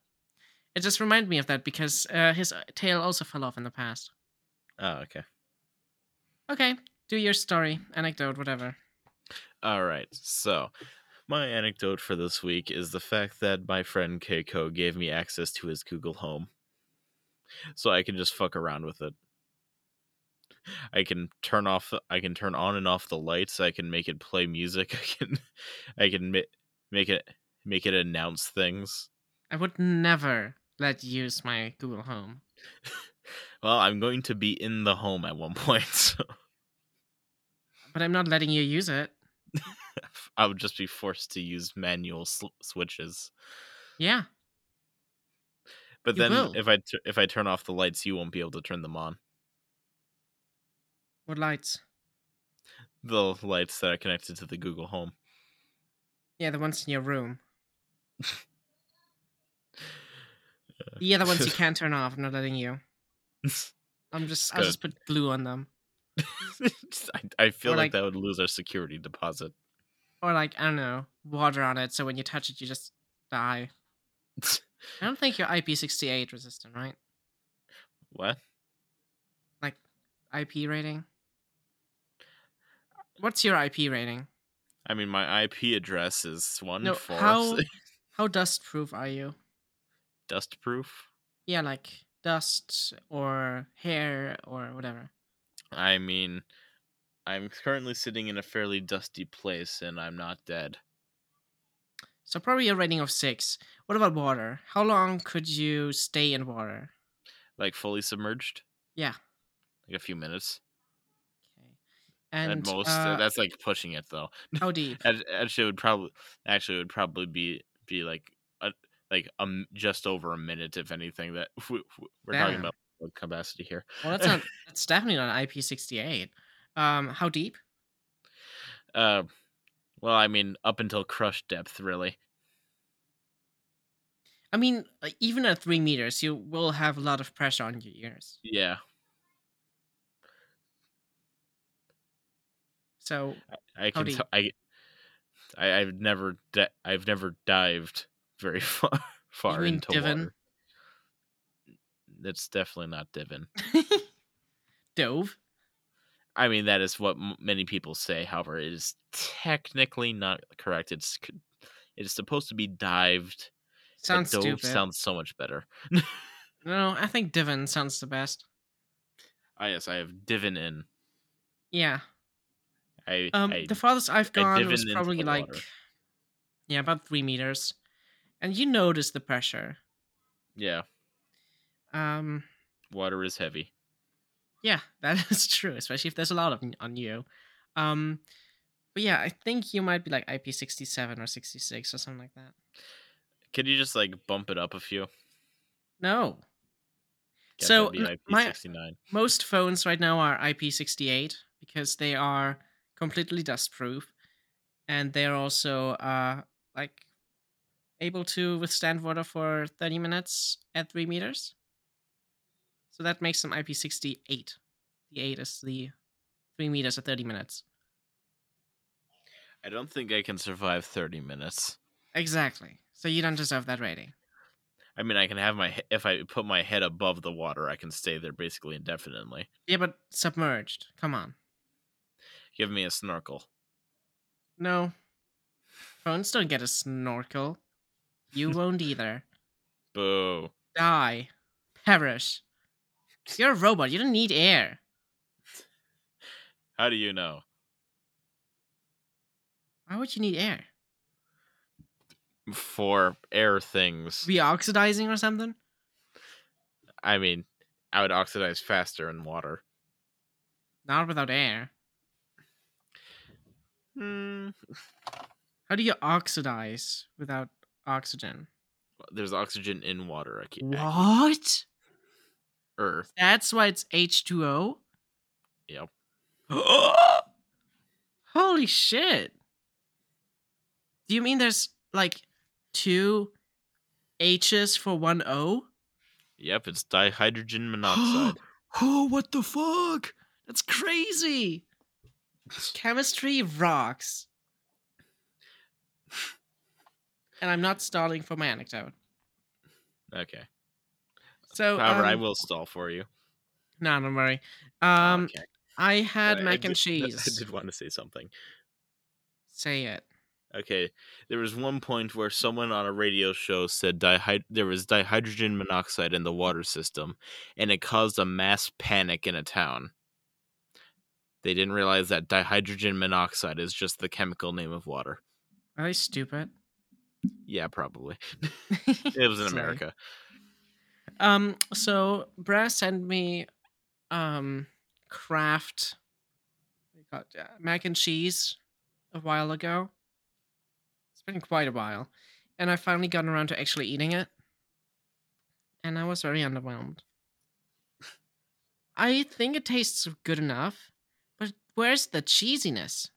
S2: it just reminded me of that because uh, his tail also fell off in the past.
S3: Oh, okay.
S2: Okay, do your story, anecdote, whatever.
S3: All right. So, my anecdote for this week is the fact that my friend Keiko gave me access to his Google Home. So I can just fuck around with it. I can turn off I can turn on and off the lights. I can make it play music. (laughs) I can I can ma- make it make it announce things.
S2: I would never let you use my Google Home.
S3: Well, I'm going to be in the home at one (laughs) point. So
S2: But I'm not letting you use it.
S3: I would just be forced to use manual sl- switches.
S2: Yeah.
S3: But
S2: You
S3: then
S2: will.
S3: if I tu- if I turn off the lights, you won't be able to turn them on.
S2: What lights?
S3: the lights that are connected to the Google Home. (laughs)
S2: Yeah, the ones in your room. The other
S3: (laughs)
S2: ones you can't turn off. I'm not letting you. I'm just. I'll
S3: Good.
S2: just put glue on them,
S3: I, I feel
S2: Or,
S3: like,
S2: like-
S3: that would lose our security deposit.
S2: or like I don't know, water on it. So when you touch it, you just die. I don't think you're IP68 resistant, right?
S3: what?
S2: IP rating. What's your IP rating?
S3: I mean, my IP address is one
S2: No,
S3: four
S2: how how dust proof are you?
S3: (laughs) dust proof.
S2: Yeah, like dust or hair or whatever.
S3: I mean, I'm currently sitting in a fairly dusty place, and I'm not dead.
S2: So probably a rating of six. What about water? How long could you stay in water?
S3: Like fully submerged,
S2: Yeah.
S3: like a few minutes
S2: Okay. And
S3: at most.
S2: uh,
S3: That's like pushing it though.
S2: how
S3: (laughs)
S2: deep?
S3: Act- Actually, it would probably actually it would probably be be like a, like um just over a minute, if anything. That (laughs) we, we're talking
S2: Damn.
S3: about load capacity here.
S2: Well, that's not. That's definitely not IP68. Um, how deep?
S3: Uh, well, I mean, up until crush depth, really.
S2: I mean, uh, even at three meters, you will have a lot of pressure on your ears.
S3: Yeah,
S2: So
S3: I can.
S2: Howdy.
S3: T- I, I, I've never, di- I've never dived very (laughs) far, far
S2: mean
S3: into
S2: Divin?
S3: water. That's definitely not Divin.
S2: dove.
S3: I mean, that is what m- many people say. However, it is technically not correct. It's, c- it is supposed to be dived. but
S2: Sounds
S3: dove
S2: stupid.
S3: Sounds so much better.
S2: no, I think Divin sounds the best.
S3: Ah, yes, I have Divin in.
S2: Yeah.
S3: I,
S2: Um,
S3: I
S2: the farthest I've gone
S3: divin
S2: was
S3: into
S2: probably
S3: the
S2: like,
S3: water.
S2: yeah, about three meters, and you notice the pressure.
S3: yeah,
S2: Um,
S3: water is heavy.
S2: Yeah, (laughs) that is true, especially if there's a lot of n- on you. Um, but yeah, I think you might be like IP67 or 66 or something like that.
S3: Could you just like bump it up a few?
S2: No.
S3: Got
S2: So,
S3: that be
S2: n- my-
S3: IP69.
S2: Most phones right now are IP68 because they are completely dustproof and they're also uh like able to withstand water for 30 minutes at 3 meters. So that makes them IP68. The 8 is the 3 meters at 30 minutes.
S3: I don't think I can survive 30 minutes.
S2: Exactly. So you don't deserve that rating.
S3: I mean, I can have my he- if I put my head above the water, I can stay there basically indefinitely.
S2: Yeah, but submerged. Come on.
S3: Give me a snorkel.
S2: No. Phones don't get a snorkel. You won't either.
S3: Boo.
S2: Die. Perish. You're a robot. You don't need air.
S3: How do you know?
S2: Why would you need air?
S3: For air things,
S2: Be oxidizing or something?
S3: I mean, I would oxidize faster in water.
S2: Not without air.
S3: Hmm.
S2: How do you oxidize without oxygen?
S3: There's oxygen in water. I can't. I-
S2: What?
S3: er,
S2: That's why it's H2O?
S3: Yep.
S2: (gasps) Holy shit. Do you mean there's like two H's for one O?
S3: Yep, it's
S2: (gasps)
S3: dihydrogen monoxide.
S2: Oh, what the fuck? That's crazy. Chemistry rocks. And I'm not stalling for my anecdote.
S3: okay.
S2: So,
S3: However, I
S2: um,
S3: will stall for you.
S2: No, don't worry.
S3: Oh,
S2: Um,
S3: okay.
S2: I had
S3: I- (laughs) I
S2: mac and
S3: did-
S2: cheese.
S3: I did want to say something.
S2: Say it.
S3: Okay, there was one point where someone on a radio show said dihyd- there was dihydrogen monoxide in the water system, and it caused a mass panic in a town. They didn't realize that dihydrogen monoxide is just the chemical name of water.
S2: Are they stupid? (laughs)
S3: Yeah, probably. It was in
S2: Sorry.
S3: America.
S2: Um, so Bra sent me um craft what do you call it, uh, mac and cheese a while ago. It's been quite a while. And I finally gotten around to actually eating it. And I was very underwhelmed. I think it tastes good enough, but where's the cheesiness?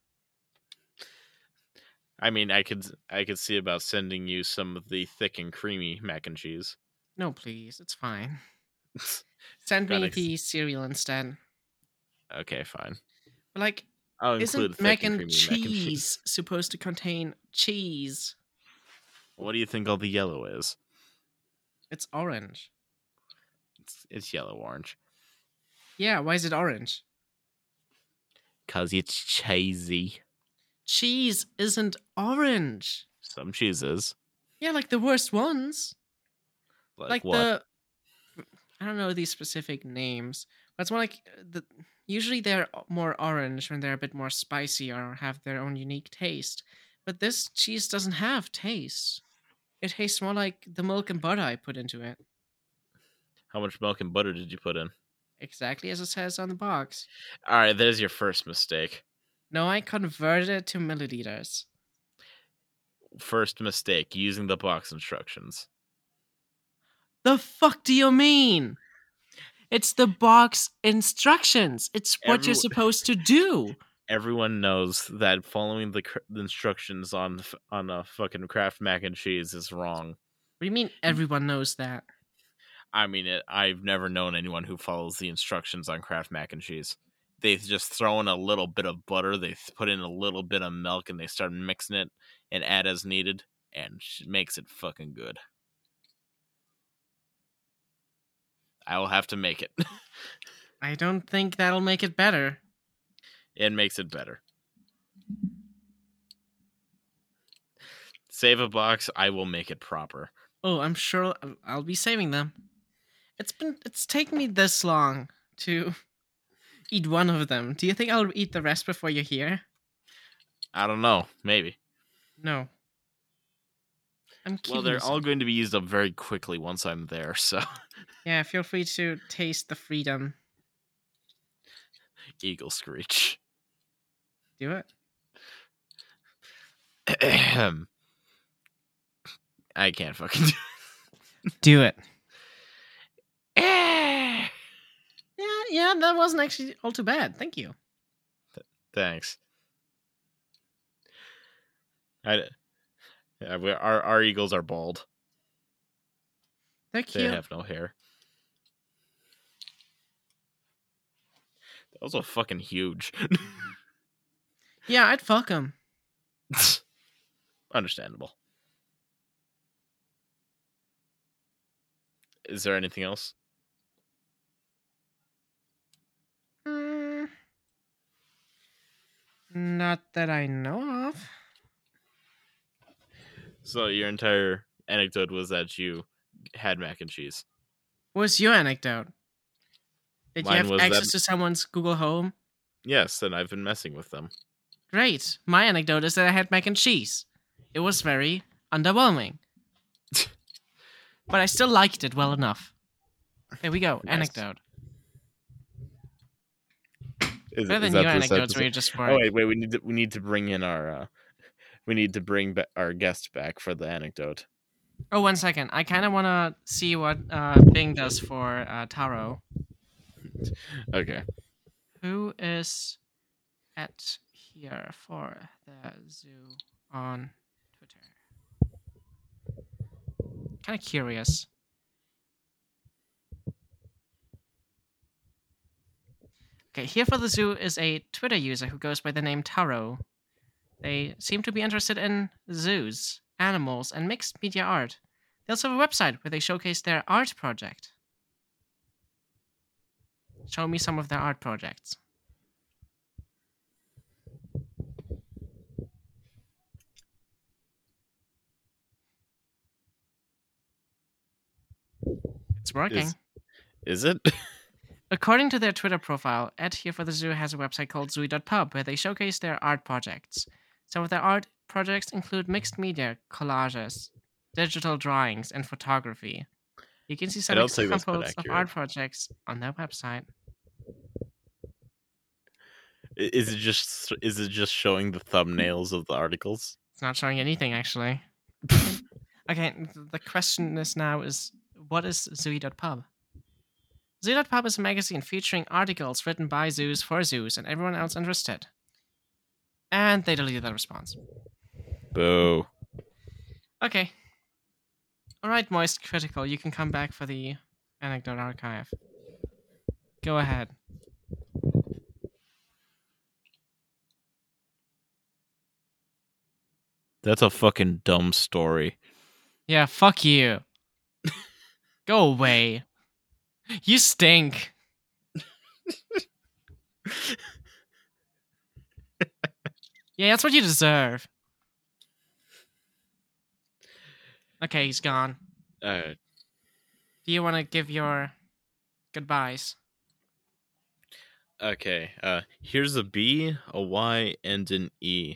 S3: I mean, I could I could see about sending you some of the thick and creamy mac and cheese.
S2: No, please, it's fine. Send me
S3: Got ex-
S2: the cereal instead.
S3: okay, fine.
S2: But like
S3: I'll include
S2: Isn't
S3: thick
S2: mac
S3: and
S2: and,
S3: creamy
S2: cheese
S3: mac and cheese.
S2: supposed to contain cheese?
S3: What do you think all the yellow is?
S2: It's orange.
S3: It's, it's yellow orange.
S2: Yeah, why is it orange?
S3: Cause it's cheesy.
S2: Cheese isn't orange.
S3: Some cheeses.
S2: Yeah, like the worst ones.
S3: Like,
S2: Like,
S3: what?
S2: the I don't know these specific names. But it's more like uh, the usually they're o- more orange when they're a bit more spicy or have their own unique taste. But this cheese doesn't have taste. It tastes more like the milk and butter I put into it.
S3: How much milk and butter did you put in?
S2: Exactly as it says on the box.
S3: All right, there's your first mistake.
S2: No, I converted it to milliliters.
S3: First mistake using the box instructions.
S2: The fuck do you mean? It's the box instructions. It's what you're
S3: Every-
S2: supposed to (laughs) do.
S3: Everyone knows that following the, cr- the instructions on f- on a fucking Kraft mac and cheese is wrong.
S2: What do you mean everyone knows that?
S3: I mean, it, I've never known anyone who follows the instructions on Kraft mac and cheese. They just throw in a little bit of butter, they th- put in a little bit of milk, and they start mixing it and add as needed, and sh- makes it fucking good. I will have to make it. (laughs)
S2: I don't think that'll make it better.
S3: it makes it better. Save a box. I will make it proper.
S2: Oh, I'm sure I'll- I'll be saving them. It's been it's taken me this long to (laughs) eat one of them. Do you think I'll eat the rest before you're here?
S3: I don't know. Maybe.
S2: No. I'm keeping
S3: Well, they're
S2: this
S3: all
S2: in.
S3: going to be used up very quickly once I'm there, (laughs) so.
S2: Yeah, feel free to taste the freedom.
S3: Eagle Screech.
S2: Do it.
S3: I can't fucking do (laughs)
S2: Do it. yeah, that wasn't actually all too bad. Thank you.
S3: Thanks. I, yeah, we, our our eagles are bald.
S2: They're
S3: They
S2: cute.
S3: have no hair. Those are fucking huge. (laughs)
S2: Yeah, I'd fuck them.
S3: Understandable. Is there anything else?
S2: Mm, not that I know of.
S3: So your entire anecdote was that you had mac and cheese.
S2: What's your anecdote? Did
S3: Mine
S2: you have
S3: was that-
S2: access to someone's Google Home?
S3: Yes, and I've been messing with them.
S2: Great. My anecdote is that I had mac and cheese. It was very underwhelming. but I still liked it well enough. There we go.
S3: (laughs) Nice.
S2: Anecdote.
S3: Is,
S2: Better than your
S3: is that the- is that
S2: anecdotes
S3: the-
S2: where you're just
S3: Oh
S2: worried.
S3: wait, wait. We need to we need to bring in our uh, (laughs) we need to bring ba- our guest back for the anecdote.
S2: Oh, one second. I kind of want to see what uh, Bing does for uh, Taro,
S3: Okay.
S2: who is at here for the zoo on Twitter. Kind of curious. Okay, here for the zoo is a Twitter user who goes by the name Taro. They seem to be interested in zoos, animals, and mixed media art. They also have a website where they showcase their art project. Show me some of their art projects. It's working.
S3: Is it? (laughs)
S2: According to their Twitter profile, at Here for the Zoo has a website called zooey.pub where they showcase their art projects. Some of their art projects include mixed media collages, digital drawings, and photography. You can see some
S3: don't think that's been
S2: examples of
S3: accurate.
S2: art projects on their website.
S3: I- Is it just is it just showing the thumbnails of the articles?
S2: It's not showing anything
S3: (laughs)
S2: actually. okay, th- the question is now is what is Zooey.pub? Zooey.pub is a magazine featuring articles written by zoos for zoos and everyone else interested. And they deleted that response.
S3: Boo.
S2: Okay. All right, Moist Critical, you can come back for the anecdote archive. Go ahead.
S3: That's a fucking dumb story.
S2: Yeah, fuck you. Go away. You stink. yeah, that's what you deserve. Okay, he's gone.
S3: Uh,
S2: Do you want to give your goodbyes?
S3: okay. Uh, here's a B, a Y, and an E.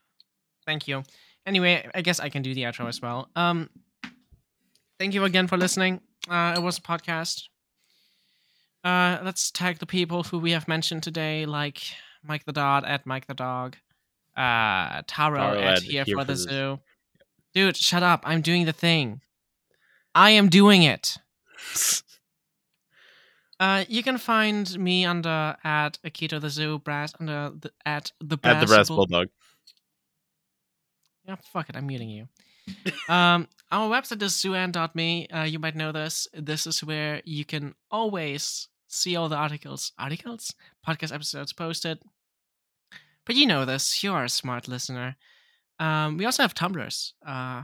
S3: (laughs)
S2: Thank you. Anyway, I guess I can do the outro as well. Um, thank you again for listening. Uh, it was a podcast. Uh, let's tag the people who we have mentioned today, like Mike the Dog at Mike the Dog, uh, Taro
S3: Taro
S2: at
S3: at
S2: Here, for, the Zoo. Dude, shut up! I'm doing the thing. I am doing it. Uh, you can find me under at Akito the Zoo, Brass under the, at the Brass
S3: At the brass
S2: Bull-
S3: bulldog.
S2: yeah, fuck it. I'm muting you. um, our website is suan.me. Uh, you might know this. This is where you can always see all the articles, articles, podcast episodes posted. But you know this. You are a smart listener. Um, we also have Tumblrs. Uh,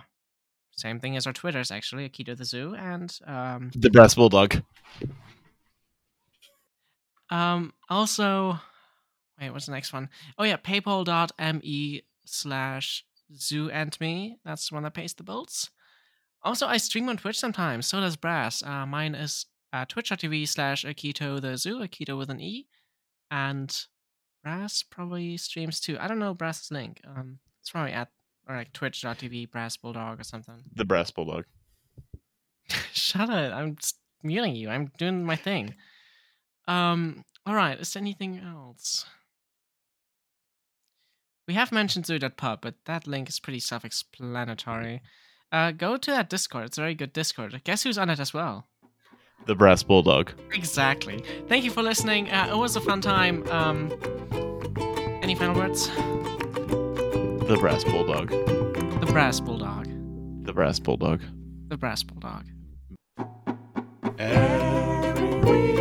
S2: same thing as our Twitters, actually. Akito the Zoo and um,
S3: The brass bulldog.
S2: Um, also, wait, what's the next one? Oh, yeah, paypal.me slash zoo and me. That's the one that pays the bills. Also, I stream on Twitch sometimes. So does Brass. Uh, mine is uh, twitch.tv slash Akito the zoo, Akito with an E. And Brass probably streams too. I don't know Brass's link. Um, it's probably at or like twitch.tv brass bulldog or something.
S3: The brass bulldog.
S2: Shut up. I'm s- muting you. I'm doing my thing. Um, all right. Is there anything else? We have mentioned zoo.pub, but that link is pretty self explanatory. Uh, go to that Discord. It's a very good Discord. Guess who's on it as well?
S3: the brass bulldog.
S2: Exactly. Thank you for listening. Uh, it was a fun time. Um, any final words?
S3: The brass bulldog.
S2: The brass bulldog.
S3: The brass bulldog.
S2: The brass bulldog.
S1: Every week.